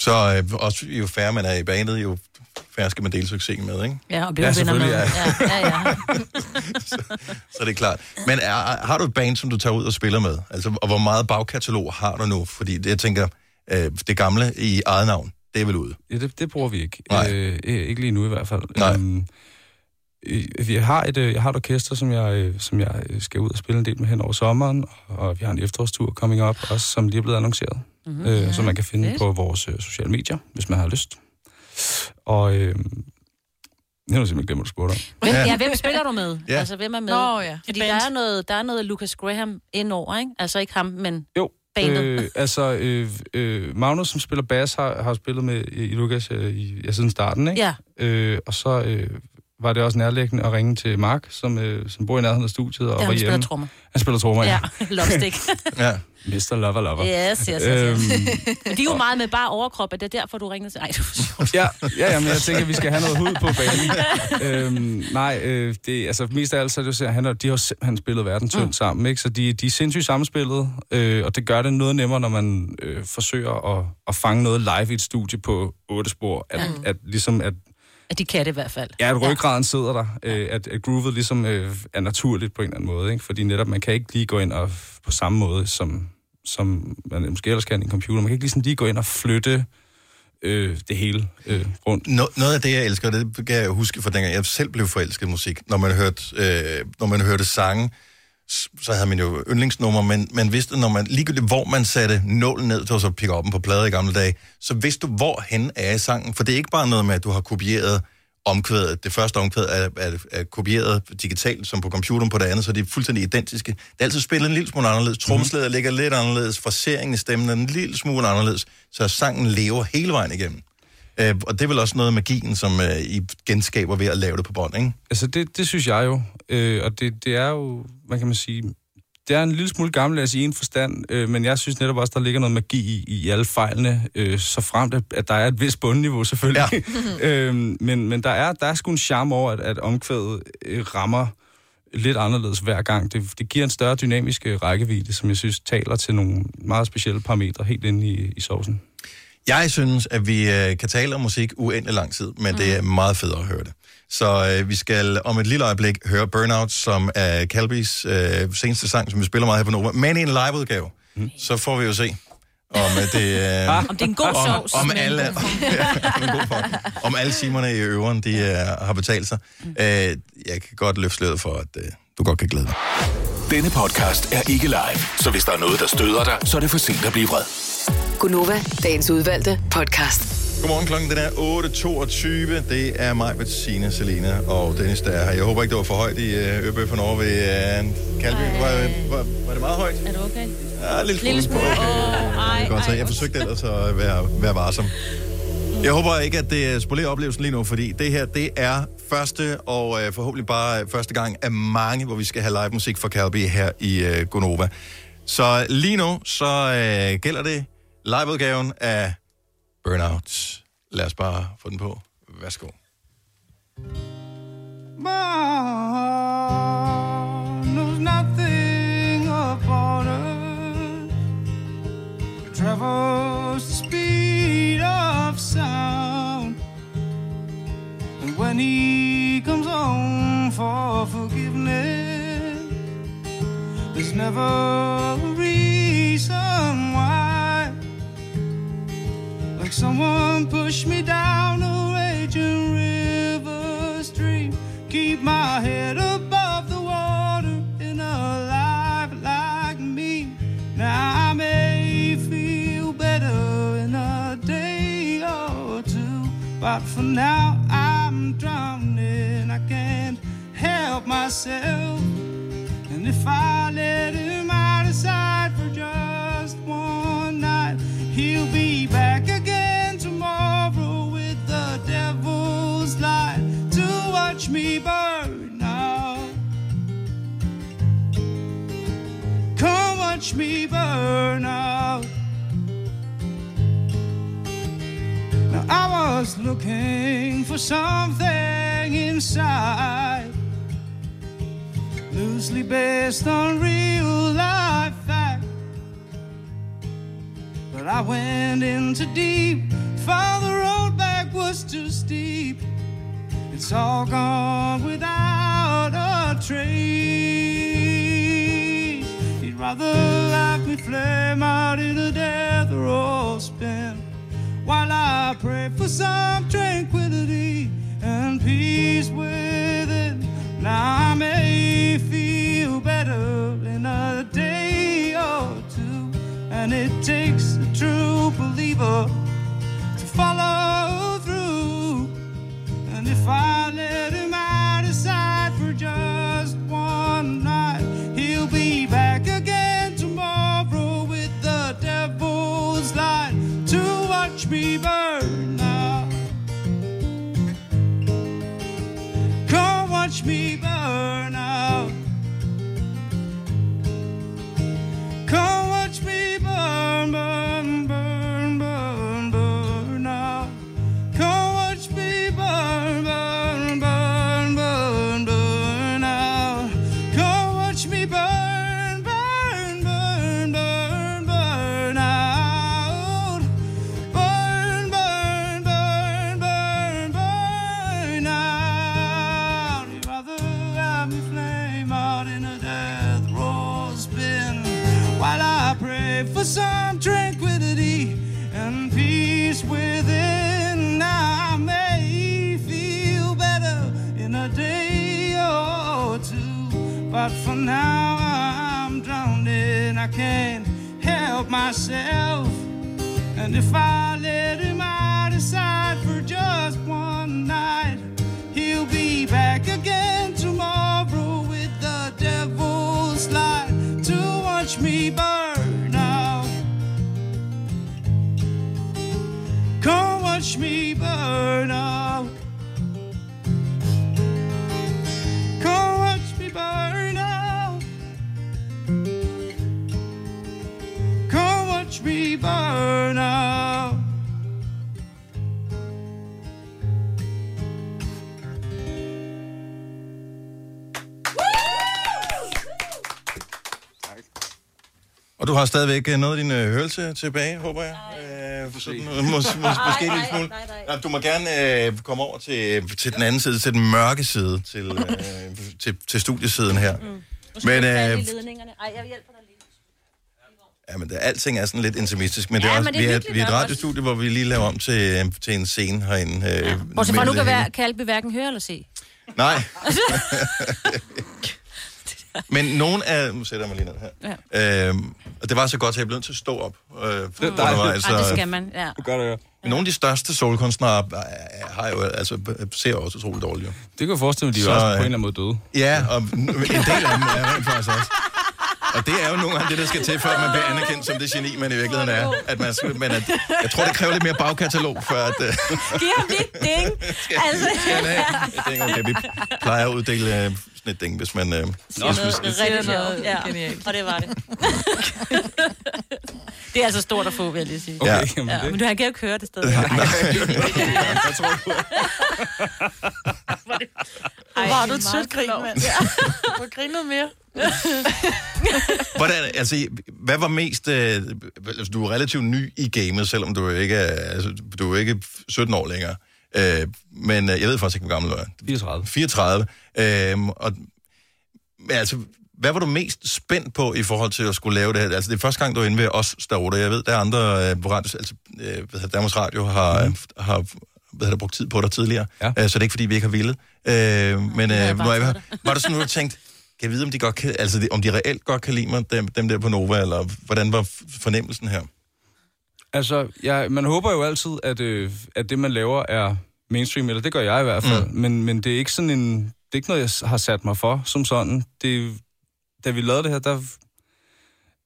Så øh, også jo færre man er i banet, jo færre skal man dele succesen med, ikke?
Ja, og blive venner med.
selvfølgelig,
Ja, ja, ja.
Så det er klart. Men er, har du et band, som du tager ud og spiller med? Altså, og hvor meget bagkatalog har du nu? Fordi det, jeg tænker, øh, det gamle i eget navn, det er vel ude.
Ja, det, det bruger vi ikke. Øh, øh, ikke lige nu i hvert fald. Nej. Øhm, øh, vi har et, øh, jeg har et orkester, som jeg, øh, som jeg øh, skal ud og spille en del med hen over sommeren, og vi har en efterårstur coming up, også som lige er blevet annonceret, mm-hmm, øh, som man kan finde
Mhm. fedt.
på vores øh, sociale medier, hvis man har lyst. Og øh, jeg har simpelthen glemt, hvad du spurgte om.
Hvem, ja. ja, hvem spiller du med?
Ja.
Ja. Altså, hvem er med?
Nå, ja.
Fordi der er, noget, der er noget Lucas Graham indover, ikke? Altså ikke ham, men
jo.
bandet. Øh.
Øh, altså, øh, øh, Magnus, som spiller bass, har, har spillet med i i Lukas øh, i, ja, siden starten, ikke? Ja. Øh, og så øh, var det også nærlæggende at ringe til Mark, som, øh, som bor i nærheden af studiet og
Ja,
var
han
hjemme.
spiller trommer.
Han spiller trommer,
Ja,
ja.
lovstik.
ja.
Mr. Lover Lover.
Yes, yes, yes,
Øhm,
yes. Men de er jo meget med bare overkrop, er det derfor, du ringede til? Ej, du
ja, ja, ja, men jeg tænker, at vi skal have noget hud på banen. øhm, nej, øh, det, altså mest af alt, så er det jo, sådan, at han, er- de har jo simpelthen spillet verden tynd mm. sammen, ikke? Så de, de er sindssygt sammenspillet, øh, og det gør det noget nemmere, når man øh, forsøger at, at fange noget live i et studie på otte spor, at,
Mm.
mm. at, at ligesom, at
at de kan det i hvert fald.
Ja, at ryggraden sidder der, øh, at, at groovet ligesom øh, er naturligt på en eller anden måde, ikke? fordi netop man kan ikke lige gå ind og f- på samme måde, som, som man måske ellers kan i en computer, man kan ikke ligesom lige gå ind og flytte øh, det hele øh, rundt.
Nå, noget af det, jeg elsker, og det kan jeg huske fra dengang, jeg selv blev forelsket i musik. Når man hørte, øh, når man hørte sange, s- så havde man jo yndlingsnummer, men man vidste, når man, ligegyldigt hvor man satte nålen ned, det var så pick op på plader i gamle dage, så vidste du, hvor hen er i sangen. For det er ikke bare noget med, at du har kopieret omkvædet. Det første omkvæd er, er, er kopieret digitalt, som på computeren på det andet, så de er fuldstændig identiske. Det er altid spillet en lille smule anderledes.
Mhm.
Tromslæder ligger lidt anderledes. Fraseringen i stemmen er en lille smule anderledes. Så sangen lever hele vejen igennem. Øh, og det er vel også noget af magien, som øh, I genskaber ved at lave det på bånd, ikke?
Altså, det, det synes jeg jo. Øh, og det, det er jo, hvad kan man sige, det er en lille smule gammeldags i en forstand, øh, men jeg synes netop også, der ligger noget magi i, i alle fejlene, øh, så fremt, at, at der er et vist bundniveau selvfølgelig. Ja. øh, men men der, er, der er sgu en charme over, at, at omkvædet øh, rammer lidt anderledes hver gang. Det, det giver en større dynamisk øh, rækkevidde, som jeg synes taler til nogle meget specielle parametre helt inde i, i sovsen.
Jeg synes, at vi øh, kan tale om musik uendelig lang tid, men mm.
Mhm.
det er meget federe at høre det. Så øh, vi skal om et lille øjeblik høre Burnout, som er Calbys øh, seneste sang, som vi spiller meget her på Nova, men i en liveudgave. Mm. Så får vi jo se, om øh, det, øh,
Mhm. Ah. Om det er en god
om,
sovs,
Om
men-
alle, om, ja, en god form. om alle timerne i øveren, de øh, har betalt sig. Mm. Øh, jeg kan godt løfte sløret for, at øh, du godt kan glæde dig.
Denne podcast er ikke live, så hvis der er noget, der støder dig, så er det for sent at blive vred.
Gunova, dagens udvalgte podcast.
Godmorgen, klokken den er 8.22. Det er mig, Bettina, Selina og Dennis, der er her. Jeg håber ikke, det var for højt i øh, Ørbøffen over ved øh, Kalby. Var, var, var, det meget højt?
Er du okay?
Ja, en lille,
Lille smule.
Okay.
Åh,
Godt, så jeg forsøgte ellers at være, være varsom. Jeg håber ikke, at det øh, spolerer oplevelsen lige nu, fordi det her, det er første og øh, forhåbentlig bare øh, første gang af mange, hvor vi skal have live musik fra Calbi her i øh, Gonova. Så lige nu, så øh, gælder det liveudgaven af Burnout. Lad os bare få den på. Værsgo.
knows nothing of borders. It travels the speed of sound. And when he comes home for forgiveness, there's never a reason why. Like someone pushed me down a raging river stream. Keep my head above the water in a life like me. Now I may feel better in a day or two, but for now I'm drowning. I can't help myself. And if I let him out of sight for just one night, he'll be back again tomorrow with the devil's light to watch me burn out. Come watch me burn out. Now I was looking for something inside loosely based on real life fact. But I went in too deep, for the road back was too steep. It's all gone without a trace. He'd rather have me flame out in a death or spin while I pray for some tranquility and peace within. Now I may feel better in a day or two, and it takes a true believer to follow through. And if I let him out of sight for just one night, he'll be back again tomorrow with the devil's light to watch me burn out. Come watch me burn out. Come watch me burn, burn, burn, burn, burn out. Come watch me burn, burn, burn, burn, burn out. Come watch me burn, burn, burn, burn, burn out. Burn, burn, burn, burn, burn out. You'd rather have me flame out in a death roll spin while I pray for some tranquility and peace within. I may feel better in a day or two, but for now I'm drowning. I can't help myself. And if I let him out of sight for just one night, he'll be back again tomorrow with the devil's light to watch me burn out. Come watch me burn out. Come watch me burn out. Come watch me burn out.
Og Og du har stadigvæk øh, noget af din øh, hørelse tilbage, håber jeg. Øh, for sådan, øh, mås, mås, måske en lille smule. Nej, du må gerne øh, komme over til, til den anden side, til den mørke side, til, øh, til, til studiesiden her. Mm. Men, øh,
ledningerne. Ej, jeg hjælper dig lige.
ja, men det, alting er sådan lidt intimistisk, men det er
Ja,
også,
men det er
vi, er,
hyggeligt
vi er et
nok også.
radiostudie, hvor vi lige laver om til, øh, til en scene herinde. Øh, ja.
Bortset fra, nu kan, være, kan alle hverken høre eller se.
Nej. Men nogen af... Nu sætter jeg mig lige ned her. Ja. Øhm, og det var så godt, at jeg blev nødt til at stå op. Øh, undervejs,
Ej, Mm. det
så-
skal man, ja.
Gør det, ja.
Men nogle af de største solkunstnere øh, har jo, altså, øh, ser jo også utroligt dårligt. jo.
Det kan jeg forestille mig, de er
Så,
jo også på en
øh,
eller anden måde døde.
Ja, og n- en del af dem er rent faktisk også. Og det er jo nogle gange det, der skal til, før man bliver anerkendt som det geni, man i virkeligheden er. At man, skal- men at, jeg tror, det kræver lidt mere bagkatalog, før at... øh,
Giv ham lige et ding. Altså,
skal han have? Jeg tænker, okay, vi plejer at uddele øh, sådan et ding, hvis man... Øh,
Nå,
hvis, hvis,
noget rigtig sjovt. Ja.
Genialt.
Og det var det. det er altså stort at få, vil jeg lige sige.
Okay, Ja. jamen
ja.
det-
Men du har ikke jo kørt det stadig.
Jeg tror på.
Ej,
Hvor
var
er
du
du
et
et
sødt grin, mand. Ja. Du har grinet mere.
Hvordan, altså, hvad var mest... Øh, altså, du er relativt ny i gamet, selvom du jo ikke er, altså, du er jo ikke 17 år længere. Øh, men øh, jeg ved faktisk ikke, hvor gammel du er.
34.
34. Øh, og, men altså, hvad var du mest spændt på i forhold til at skulle lave det her? Altså, det er første gang, du er inde ved os derude. Jeg ved, der er andre... Øh, på radio, altså, øh, hvad hedder det, Danmarks Radio har, mm. har hvad hedder det, brugt tid på dig tidligere. Ja. Øh, så det er ikke, fordi vi ikke har villet. Øh, men øh, var, var, var det sådan, du tænkte, kan jeg vide, om de, godt kan, altså, de- om de reelt godt kan lide mig, dem, dem der på Nova, eller hvordan var f- fornemmelsen her?
Altså, jeg, man håber jo altid, at, øh, at det, man laver, er mainstream, eller det gør jeg i hvert fald. Mm. Men, men det er ikke sådan en... Det er ikke noget, jeg s- har sat mig for, som sådan. Det, da vi lavede det her, der...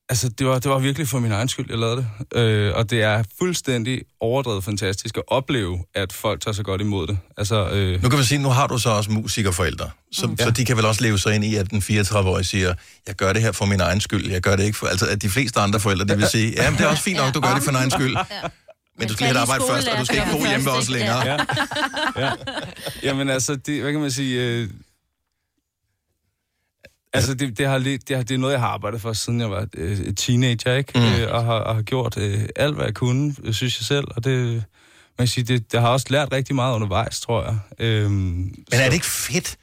Altså, det var, det var virkelig for min egen skyld, jeg lavede det. Øh, og det er fuldstændig overdrevet fantastisk at opleve, at folk tager så godt imod det. Altså, øh,
Nu kan man sige, nu har du så også musikerforældre, så, mm. så de kan vel også leve sig ind i, at den 34-årige siger, jeg gør det her for min egen skyld, jeg gør det ikke for... Altså, at de fleste andre forældre, de vil sige, ja, men det er også fint nok, du gør det for din egen skyld, men du skal have et arbejde først, og du skal ikke bo hjemme ved os længere.
Ja. Ja. Jamen altså, det, hvad kan man sige... Øh, altså, det, det, har, lidt- det, har, det er noget, jeg har arbejdet for, siden jeg var øh, et teenager, ikke? Mm. Øh, og, har, og har gjort øh, alt, hvad jeg kunne, øh, synes jeg selv. Og det, man kan sige, det, jeg har også lært rigtig meget undervejs, tror jeg. Øhm, Men
er det ikke fedt,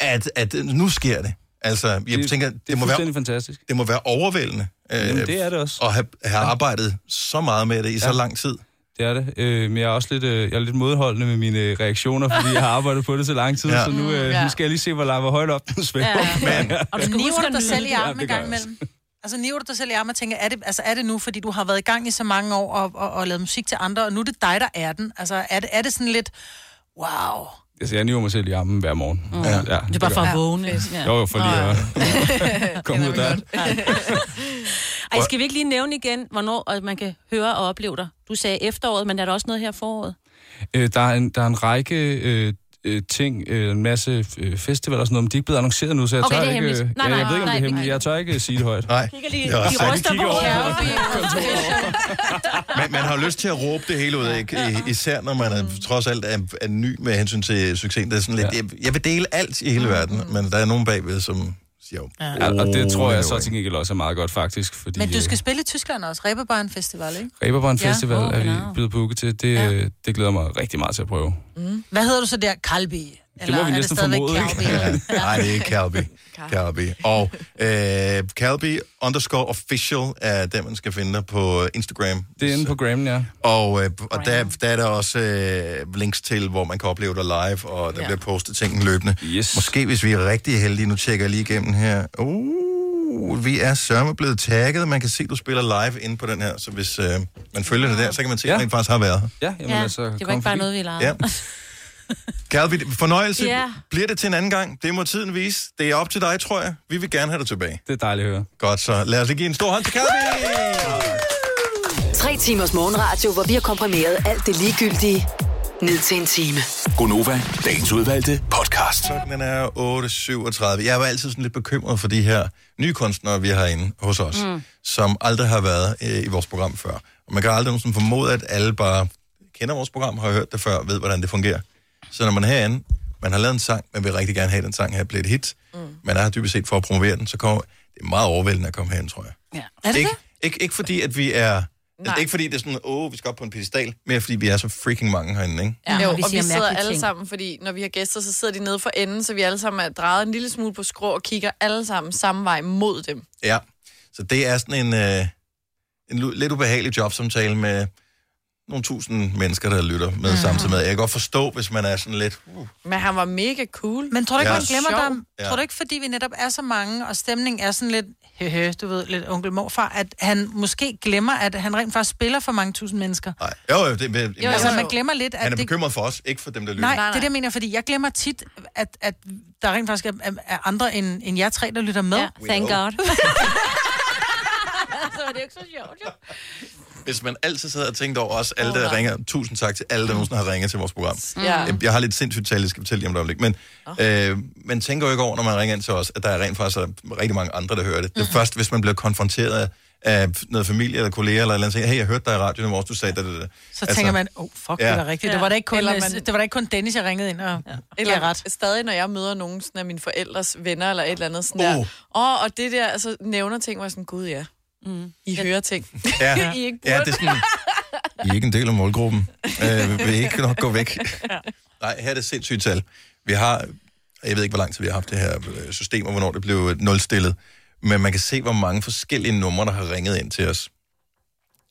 at, at nu sker det? Altså, jeg det, tænker, det,
det er
må være,
fuldstændig fantastisk.
det må være overvældende. øh,
Jamen, det er det også.
At have, have arbejdet så meget med det i ja. så
Ja.
lang tid.
Det er det. Øh, men jeg er også lidt, øh, jeg er lidt modholdende med mine øh, reaktioner, fordi jeg har arbejdet på det så lang tid,
Ja.
ja. så nu, øh,
Ja.
nu skal jeg lige se, hvor, la- hvor højt op den svæver.
Ja. Og du skal
Niver
huske
den
dig
lyder.
selv i
Ja,
armen
det
en
gør
gang
jeg også.
imellem. Altså, niver du dig selv i armen og tænker, er det, altså, er det nu, fordi du har været i gang i så mange år og, og, og lavet musik til andre, og nu er det dig, der er den? Altså, er det, er det sådan lidt, wow,
Altså, jeg niver mig selv i armen hver morgen.
Mm.
Ja,
Det er bare for
gør
at
jeg.
vågne.
Ja. Jo, jo, for lige at komme ud af døren.
Ej, skal vi ikke lige nævne igen, hvornår øh, man kan høre og opleve dig? Du sagde efteråret, men er der også noget her i foråret?
Øh, der, er en, der er en række øh, øh, ting, øh, en masse øh, festivaler og sådan noget, men de er ikke blevet annonceret nu, så jeg
Okay,
tør
det er
ikke...
hemmeligt. Nej,
ja, jeg
nej,
ved ikke, om
nej,
det er
vi
hemmeligt.
kigger.
Jeg tør ikke øh, sige det højt.
Nej.
Kigger lige-
Det er også
de
sandt.
ryster
Kigger
på
over
hovedet.
Man, man har lyst til at råbe det hele ud, ikke? I- især når man er, trods alt er, er ny med hensyn til succesen. Det er sådan lidt, jeg, jeg vil dele alt i hele verden, men der er nogen bagved, som siger...
Ja, og det tror jeg så til gengæld også er meget godt, faktisk. Fordi,
Men du skal spille i Tyskland også, Reeperbahn Festival, ikke?
Øh, Reeperbahn
Ja.
Festival
Åh,
er
genau.
vi blevet booket til. Det, ja. det glæder jeg mig rigtig meget til at prøve.
Mm. Hvad hedder du så der? Kalbi? Eller
må vi
er
næsten
stadigvæk
formode, ikke?
Kalbi?
Ja. Nej, det er ikke Calby. Calby. Og øh, Calby underscore official er den, man skal finde dig på Instagram.
Det er inde på Grammen, ja.
Og, øh, og der, der er der også øh, links til, hvor man kan opleve dig live, og der ja. bliver postet ting løbende.
Yes.
Måske hvis vi er rigtig heldige, nu tjekker jeg lige igennem her. Uh, vi er sørme blevet tagget. Man kan se, du spiller live inde på den her, så hvis øh, man følger det der, så kan man se, at ja. faktisk har været her.
Ja, jamen,
Ja,
altså,
det var ikke
kom
bare noget, vi legede.
Ja. Calvi, fornøjelse.
Ja.
Bliver det til en anden gang? Det må tiden vise. Det er op til dig, tror jeg. Vi vil gerne have dig tilbage.
Det er dejligt at høre.
Godt, så lad os lige give en stor hånd til Calvi.
Tre timers morgenradio, hvor vi har komprimeret alt det ligegyldige ned til en time.
Gonova, dagens udvalgte podcast.
Klokken er 8.37. Jeg var altid sådan lidt bekymret for de her nye kunstnere, vi har inde hos os, mm.
Mm.
som aldrig har været øh, i vores program før. Og man kan aldrig nogensinde formode, at alle bare kender vores program, har hørt det før, og ved, hvordan det fungerer. Så når man er herinde, man har lavet en sang, man vil rigtig gerne have den sang her blev et hit. Mm. Man er her dybest set for at promovere den, så kommer det er meget overvældende at komme herinde, tror jeg.
Ja. Er det
ikke,
det?
Ikke, ikke fordi, at vi er... Altså,
Nej.
det er ikke fordi, det er sådan, åh, vi skal op på en pedestal, men fordi vi er så freaking mange herinde, ikke?
Ja, jo,
og vi
og vi
siger
sidder
mærkelige
alle
ting.
sammen, fordi når vi har gæster, så sidder de nede for enden, så vi alle sammen er drejet en lille smule på skrå og kigger alle sammen samme vej mod dem.
Ja. Så det er sådan en, øh, en lu- lidt ubehagelig jobsamtale med nogle tusind mennesker, der lytter med mm. samtidig med. Jeg kan godt forstå, hvis man er sådan lidt... Uh,
Men han var mega cool.
Men tror du ikke,
Ja.
man glemmer
Sjov.
dig?
Ja.
Tror du ikke, fordi vi netop er så mange, og stemningen er sådan lidt, hehe, du ved, lidt onkel morfar, at han måske glemmer, at han rent faktisk spiller for mange tusind mennesker?
Nej. Jo, jo, det, jo,
Jo, altså, man glemmer lidt, at
Han er
det-
bekymret for os, ikke for dem, der lytter.
Nej, det er det, jeg mener, fordi jeg glemmer tit, at, at der rent faktisk er, er- er andre end, end jer tre, der lytter med. Ja,
thank know. God.
så er det jo ikke så sjovt, jo.
Hvis man altid sidder og tænker over os, alle der ringer, tusind tak til alle, der nogensinde har ringet til vores program.
Mm. Ja.
Jeg- Jeg har lidt sindssygt tal, jeg skal fortælle lige om et øjeblik, men øh, man tænker jo ikke over, når man ringer ind til os, at der er rent faktisk er rigtig mange andre, der hører det.
Mm.
Det er først, hvis man bliver konfronteret af noget familie eller kolleger eller et eller andet, tænker, hey, jeg hørte dig i radioen i morges, du sagde det, det, det.
Så tænker man, åh, oh, fuck, ja. det var rigtigt. Ja. Det, var da ikke kun,
Eller
man... det
man-
var da ikke kun Dennis, jeg ringede ind og... Ja.
Eller
Eller ret.
stadig, når jeg møder nogen sådan af mine forældres venner eller et eller andet sådan
Oh.
der. Åh, og det der, altså nævner ting, hvor jeg sådan, gud ja. Mm. I hører ting.
Ja,
I ikke
ja
burde.
det er sådan, I er ikke en del af målgruppen. Øh, vil I ikke nok gå væk? Nej, her er det sindssygt tal. Vi har, jeg ved ikke, hvor lang tid vi har haft det her øh, system, og hvornår det blev øh, nulstillet, men man kan se, hvor mange forskellige numre, der har ringet ind til os.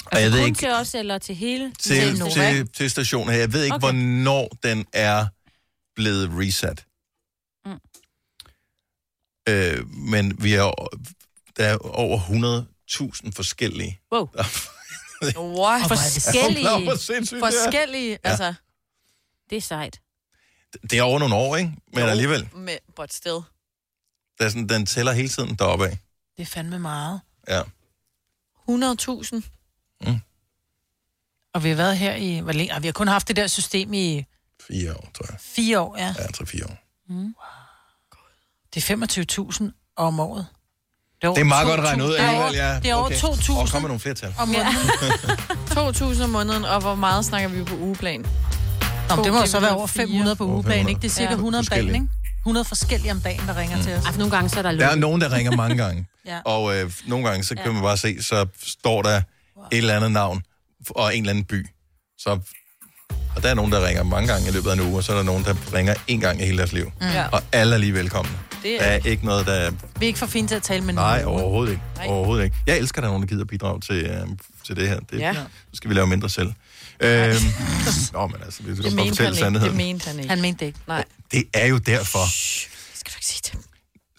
Og jeg ved
Altså Kun
ikke,
til os eller til hele?
til,
Nova, ikke?
til, til stationen her, jeg ved ikke,
Okay.
okay. hvornår den er blevet reset.
Mm.
Mm. Øh, men vi er, o- der er over 100.000 forskellige.
Wow.
What?
Forskellige. Nå, hvor sindssygt det er.
Forskellige,
Ja.
altså.
Det er sejt.
Det er over nogle år, ikke? Men alligevel,
Med, but still.
der er sådan, den tæller hele tiden deroppe af.
Det er fandme meget.
Ja.
100.000.
Mm.
Og vi har været her i... Hvor længe? Ej, vi har kun haft det der system i
Fire år, tror jeg.
fire år, ja.
Ja, tre-fire år.
Mm. Det er 25.000 om året. over
Det er meget godt
2.000.
regnet ud,
Det er over-
alligevel, ja.
Det er over
Okay.
2.000.
Og kommer nogle flere tal.
om
Ja.
måneden.
2.000 om måneden, og hvor meget snakker vi på ugeplan?
Nå, men det må jo så være over
4.
500 på ugeplan, ikke? Det er cirka
Ja.
100 om dagen,
Forskellige. Mm.
ikke? 100 forskellige om dagen, der ringer til os.
Ej, for nogle gange så er der
Der er nogen, der ringer mange gange.
Ja.
Og øh, nogle gange, så kan
Ja.
man bare se, så står der et eller andet navn og en eller anden by. Så, og der er nogen, der ringer mange gange i løbet af en uge, og så er der nogen, der ringer én gang i hele deres liv.
Mm. Ja.
Og alle er lige velkomne.
Det er-
Der er ikke noget, der... er-
Vi er ikke for fine til at tale med
Nej,
nogen.
overhovedet ikke. Overhovedet ikke. Jeg elsker, at der er nogen, der gider bidrage til, øh, til det her. Det,
Ja.
Så skal vi lave mindre selv. Øh, nå, men altså, vi skal godt fortælle sandheden.
mente han ikke.
Han mente det ikke. Nej.
Det er jo derfor.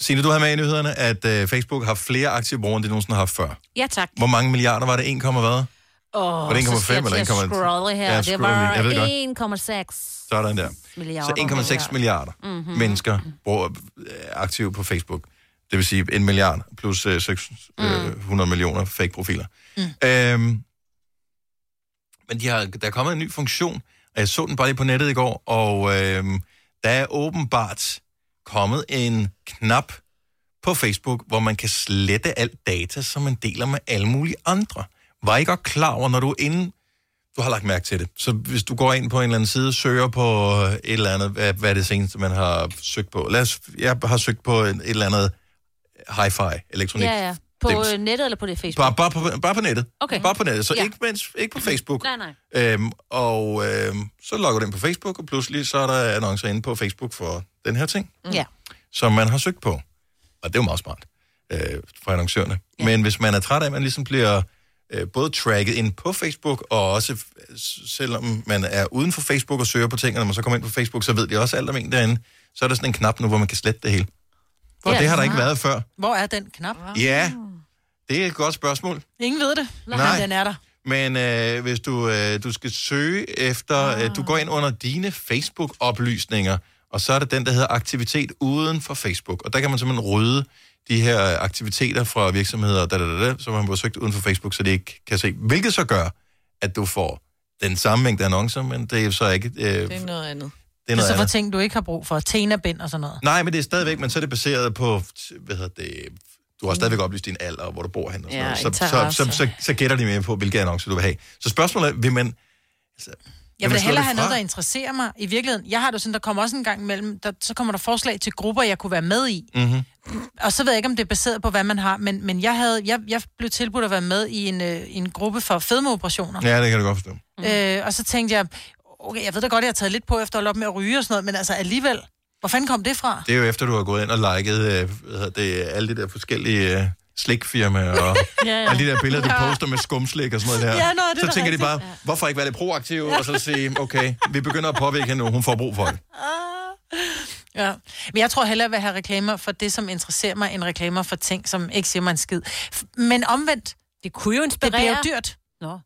Signe, du havde med i nyhederne, at øh, Facebook har flere aktivbrugere, end de nogensinde har haft før.
Ja, tak.
Hvor mange milliarder var det? 1, hvad?
Åh,
Var det
så skal
1,5
jeg
eller
til at
1,1?
scrolle her.
Ja,
det
scroll lige. Jeg ved godt.
var 1,6
Sådan der.
milliarder.
Så 1,6 milliarder
Mhm.
mm-hmm. mennesker bruger, øh, er aktive på Facebook. Det vil sige en milliard plus øh, 600 mm. millioner fake-profiler. Mm. Øhm, men de har, der er kommet en ny funktion, og jeg så den bare lige på nettet i går, og øhm, der er åbenbart kommet en knap på Facebook, hvor man kan slette alt data, som man deler med alle mulige andre. Var I godt klar over, når du er inde du har lagt mærke til det. Så hvis du går ind på en eller anden side, søger på øh, et eller andet, hvad, hvad er det seneste, man har søgt på? Lad os, jeg har søgt på en- et eller andet hi-fi, elektronik.
Ja, ja. På
dims.
øh, nettet eller på det Facebook?
Bare, bare, på, bare på nettet.
Okay.
Bare på nettet, så
Ja.
ja. ikke, mens, ikke på Facebook.
Nej, nej.
Øhm, og øhm, så logger du ind på Facebook, og pludselig så er der annoncer inde på Facebook for den her ting,
Ja.
som man har søgt på. Og det er jo meget smart øh, fra annoncørerne. Ja. Men hvis man er træt af, at man ligesom bliver øh, både tracket ind på Facebook, og også f- s- selvom man er uden for Facebook og søger på ting, og når man så kommer ind på Facebook, så ved de også alt om en derinde. Så er der sådan en knap nu, hvor man kan slette det hele. Og
Ja,
ja, det har der
smart.
ikke været før.
Hvor er den knap?
Ja, det er et godt spørgsmål.
Ingen ved det.
Nej.
Nej. Den er der.
Men øh, hvis du, øh, du skal søge efter, øh, du går ind under dine Facebook-oplysninger, og så er det den, der hedder aktivitet uden for Facebook. Og der kan man simpelthen rydde de her øh, aktiviteter fra virksomheder, da, da, da, da, som man har søgt uden for Facebook, så de ikke kan se. Hvilket så gør, at du får den samme mængde annoncer, men det er så ikke... Øh, det er
Det er noget andet.
Det er
noget
så for
andet.
ting, du ikke har brug for. Tenabind og sådan noget.
Nej, men det er stadigvæk, men så er det baseret på, hvad hedder det, du har stadigvæk oplyst din alder, og hvor du bor hen og sådan
Ja,
noget. Så, så,
interesser.
så, så, så, gætter de mere på, hvilke annoncer du vil have. Så spørgsmålet er, vil man... Altså,
Jeg
vil man
vil da
slå
hellere
det
have
fra?
noget, der interesserer mig. I virkeligheden, jeg har det sådan, der kommer også en gang imellem, der, så kommer der forslag til grupper, jeg kunne være med i.
Mhm.
og så ved jeg ikke, om det er baseret på, hvad man har, men, men jeg, havde, jeg, jeg blev tilbudt at være med i en, øh, i en gruppe for fedmeoperationer.
Ja, det kan du godt forstå.
Øh, og så tænkte jeg, okay, jeg ved da godt, at jeg har taget lidt på efter at holde op med at ryge og sådan noget, men altså alligevel, hvor fanden kom det fra?
Det er jo efter, du har gået ind og liket øh, hvad hedder det, alle de der forskellige øh, slikfirmaer og
Ja,
ja,
ja.
ja. alle de der billeder, du
Ja.
poster med skumslik og sådan noget der.
Ja, nå, det er da
så tænker
rigtigt.
de bare, hvorfor ikke være lidt proaktiv, og så sige, okay, vi begynder at påvirke hende nu, hun får brug for det.
Ja. Men jeg tror hellere, at jeg vil have reklamer for det, som interesserer mig, end reklamer for ting, som ikke siger mig en skid. F- Men omvendt, det kunne jo inspirere. Det bliver jo dyrt.
Nå.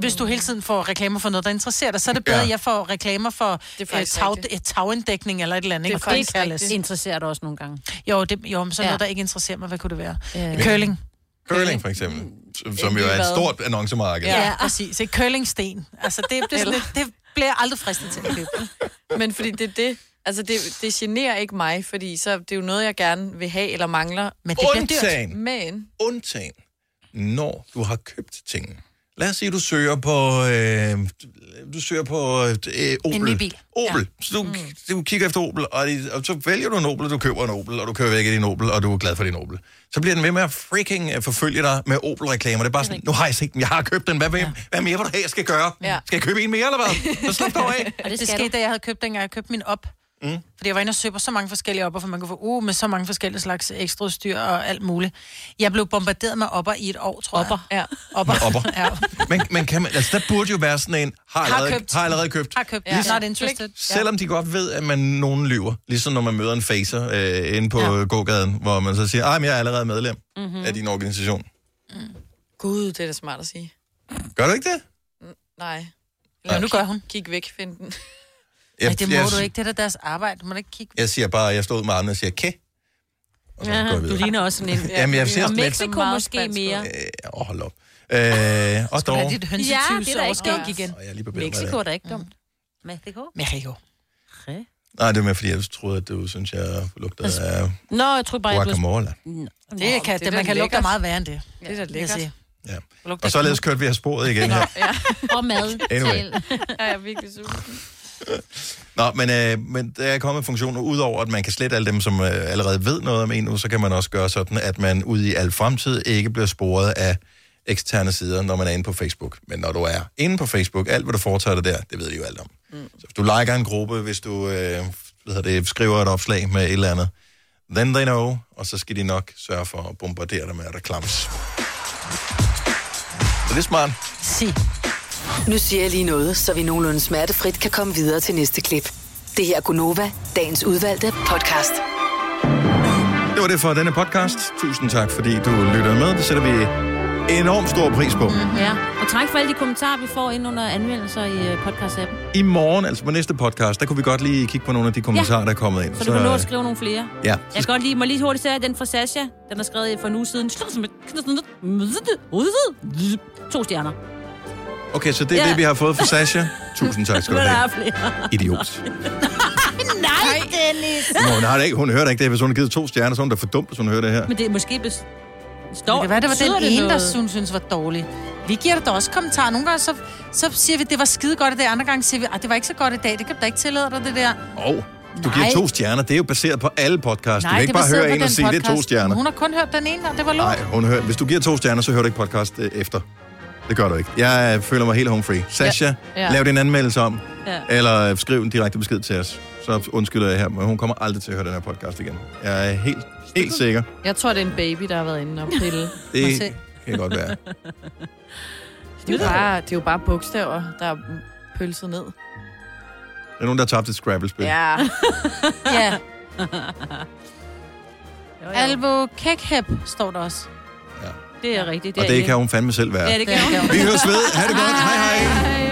Hvis du hele tiden får reklamer for noget, der interesserer dig, så er det bedre,
Ja.
at jeg får reklamer for
Det
det
er
er øh,
faktisk
tag,
rigtigt.
øh, taginddækning eller et eller andet.
Det er
ikke? For
faktisk
kan jeg læse.
rigtigt. Interesserer dig også nogle gange.
Jo, det, jo men så
Ja.
noget, der ikke interesserer mig, hvad kunne det være?
Ja.
Curling.
Curling for eksempel, som, som jo er et
Hvad?
stort annoncemarked.
Ja, ja. præcis. Ikke? Curlingsten. Altså, det, det, er sådan, lidt- det bliver jeg aldrig fristet til at købe.
Men fordi det er det, altså det, det generer ikke mig, fordi så det er jo noget, jeg gerne vil have eller mangler.
Men det bliver dyrt. Undtagen.
Men,
Undtagen, når du har købt tingene. Lad os sige, du søger på, øh, du søger på øh, Opel.
En ny bil.
Opel.
Ja.
Ja. Mm. Så du, du kigger efter Opel, og, de, og så vælger du en Opel, og du køber en Opel, og du kører væk i din Opel, og du er glad for din Opel. Så bliver den ved med at freaking øh, forfølge dig med Opel-reklamer. Det er bare sådan, nu har jeg set den, jeg har købt den, hvad, ja. hvad mere vil du have, jeg skal gøre?
Ja.
Ja. Skal jeg købe en mere, eller hvad? Så slap dig af.
Og det, det skete, da jeg havde købt dengang, jeg købte min op.
Mm.
Fordi jeg var inde og søge på så mange forskellige opper, for man kunne få uh, med så mange forskellige slags ekstraudstyr og alt muligt. Jeg blev bombarderet med opper i et år, tror opper. jeg. Ja, opper.
Med opper.
ja.
Men, men kan man, altså, der burde jo være sådan en, har
Har
allerede, har
købt.
har allerede købt. Ligesom-
Har købt. Ja. Not interested.
Selvom de godt ved, at man nogen lyver. Ligesom når man møder en facer øh, inde på
Ja.
ja. gågaden, hvor man så siger, at jeg er allerede medlem
Mhm.
mm-hmm. af din organisation.
gud, det er da smart at sige.
Gør du ikke det?
Nej.
Nej.
Nu gør hun.
Kig væk, find den.
Ja, det må
jeg,
du ikke. Det er da deres arbejde. Du må da ikke kigge.
Jeg siger bare, at jeg står ud med armene og siger, kæ. Øh,
Ja,
går jeg
du
videre.
ligner også sådan en...
Jamen, jeg ser
og
sådan lidt-
Mexico måske mere.
Åh, oh, hold op. Øh, og dog.
dit hønsetyvs
Ja, det er da ikke
overskæg
dumt.
igen.
Og jeg er lige på billedet med
Mexico
det.
er da ikke dumt. Mexico?
Mexico.
Nej, det var mere, fordi jeg troede, at du synes, jeg
Altså-
lugtede af
Nå, jeg tror bare, jeg...
guacamole.
Det kan, det, man kan lugte meget værre end det. Det er da lækkert.
Ja. Og således kørte vi af sporet igen her.
Ja.
Og mad.
Anyway.
ja, jeg er virkelig super.
Nå, men, øh, men der er kommet funktioner, udover at man kan slette alle dem, som øh, allerede ved noget om en nu, så kan man også gøre sådan, at man ude i al fremtid ikke bliver sporet af eksterne sider, når man er inde på Facebook. Men når du er inde på Facebook, alt hvad du foretager dig der, det ved de jo alt om. Mm. Så hvis du liker en gruppe, hvis du øh, hvad hedder det, skriver et opslag med et eller andet, then they know, og så skal de nok sørge for at bombardere dig med reklamer. Så det er smart.
Si.
Nu siger jeg lige noget, så vi nogenlunde smertefrit kan komme videre til næste klip. Det her er Gunova, dagens udvalgte podcast.
Det var det for denne podcast. Tusind tak, fordi du lytter med. Det sætter vi enormt stor pris på.
Ja, og tak for alle de kommentarer, vi får ind under anmeldelser i øh, podcast-appen.
I morgen, altså på næste podcast, der kunne vi godt lige kigge på nogle af de kommentarer,
Ja.
ja. der er kommet ind. øh,
Så du kan nå at skrive nogle flere.
Ja.
Jeg kan godt lige, må lige hurtigt sige, den fra Sasha, den er skrevet for en uge siden. To stjerner.
Okay, så det er
Ja.
ja. det, vi har fået fra Sasha. Tusind tak skal du
Men der er
have.
flere.
Idiot.
Nej, Dennis!
Nå, hun, har det ikke, hun hører det ikke det, hvis hun har givet to stjerner, så er hun da for dumt, hvis hun hører det her.
Men det er måske bes... Står,
Det kan være, det var
betyder
den ene, der
noget?
synes, synes var dårlig. Vi giver dig da også kommentarer. Nogle gange, så, så siger vi, det var skide godt i dag. Andre gange siger vi, at det var ikke så godt i dag. Det kan du da ikke tillade dig, det der.
Og du giver
Nej.
to stjerner, det er jo baseret på alle podcasts. Altså, du kan ikke
var
bare
siddet
høre
på
en og
den
sige, det er to
podcast.
stjerner.
Hun har kun hørt den ene, og det var lort.
Nej, hun hører, hvis du giver to stjerner, så hører du ikke podcast øh, efter. Det gør du ikke. Jeg øh, føler mig helt home free. Sasha, ja.
Ja.
Ja. lav din anmeldelse om,
Ja.
ja. eller øh, skriv en direkte besked til os. Så undskylder jeg her, men hun kommer aldrig til at høre den her podcast igen. Jeg er helt, helt sikker.
Jeg tror, det er en baby, der har været inde og pille.
Det kan godt være.
Det er, jo bare, det er jo bare bogstaver, der er pølset ned.
Der er nogen, der har tabt et Scrabble-spil.
Ja.
ja. Alvo Kekhep står der også.
Ja.
Det er rigtigt.
Og det kan hun fandme selv være.
Ja, det kan hun. Ah.
Vi høres ved. Ha' det godt. Hej hej.
hej.